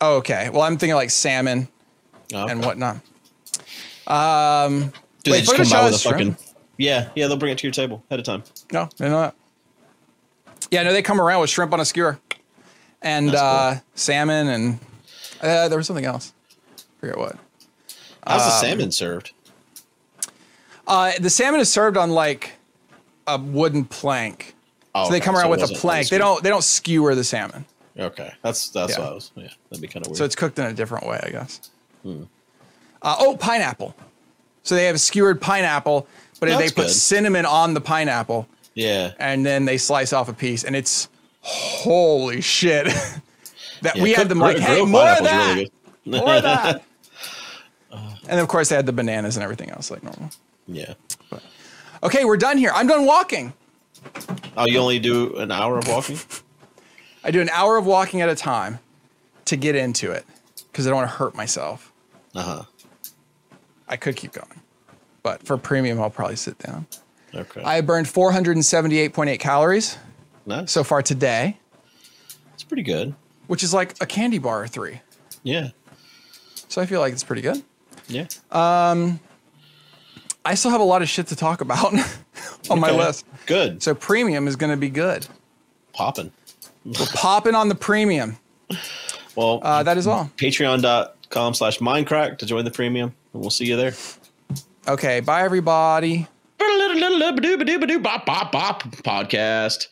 oh, okay. Well, I'm thinking like salmon
Oh,
and
okay.
whatnot.
Do
Wait,
they just
Fogo de
come
Chao
by with a
has
fucking?
shrimp?
Yeah, yeah. They'll bring it to your table ahead of time.
No, they know that. Yeah, no, they come around with shrimp on a skewer and
That's cool.
uh, salmon and uh, there was something else. Forget what.
How's
Um,
the salmon served?
Uh, the salmon is served on like a wooden plank.
Oh,
So they
okay,
come around
it
with a
wasn't-
plank. They don't they don't skewer the salmon.
Okay, that's that's
Yeah.
what I was. Yeah, that'd be kind of weird.
So it's cooked in a different way, I guess. Uh, oh, pineapple. So they have a skewered pineapple, but
That's
they put
good.
cinnamon on the pineapple
yeah,
and then they slice off a piece and it's holy shit. that we had them like, hey, more of that.
good.
More of that. and of course they had the bananas and everything else like normal.
yeah.
Okay, we're done here. I'm done walking.
Oh, you only do an hour of walking?
I do an hour of walking at a time to get into it because I don't want to hurt myself.
Uh huh.
I could keep going, but for premium, I'll probably sit down.
Okay.
I burned 478.8 calories
nice.
so far today,
it's pretty good.
which is like a candy bar or three.
Yeah.
So I feel like it's pretty good.
Yeah.
I still have a lot of shit to talk about on my
Okay.
list.
Good.
So premium is going to be good.
Popping.
We're popping on the premium.
Well,
Uh, that is all.
patreon.com slash mindcrack to join the premium, and we'll see you there.
Okay. Bye, everybody.
Podcast.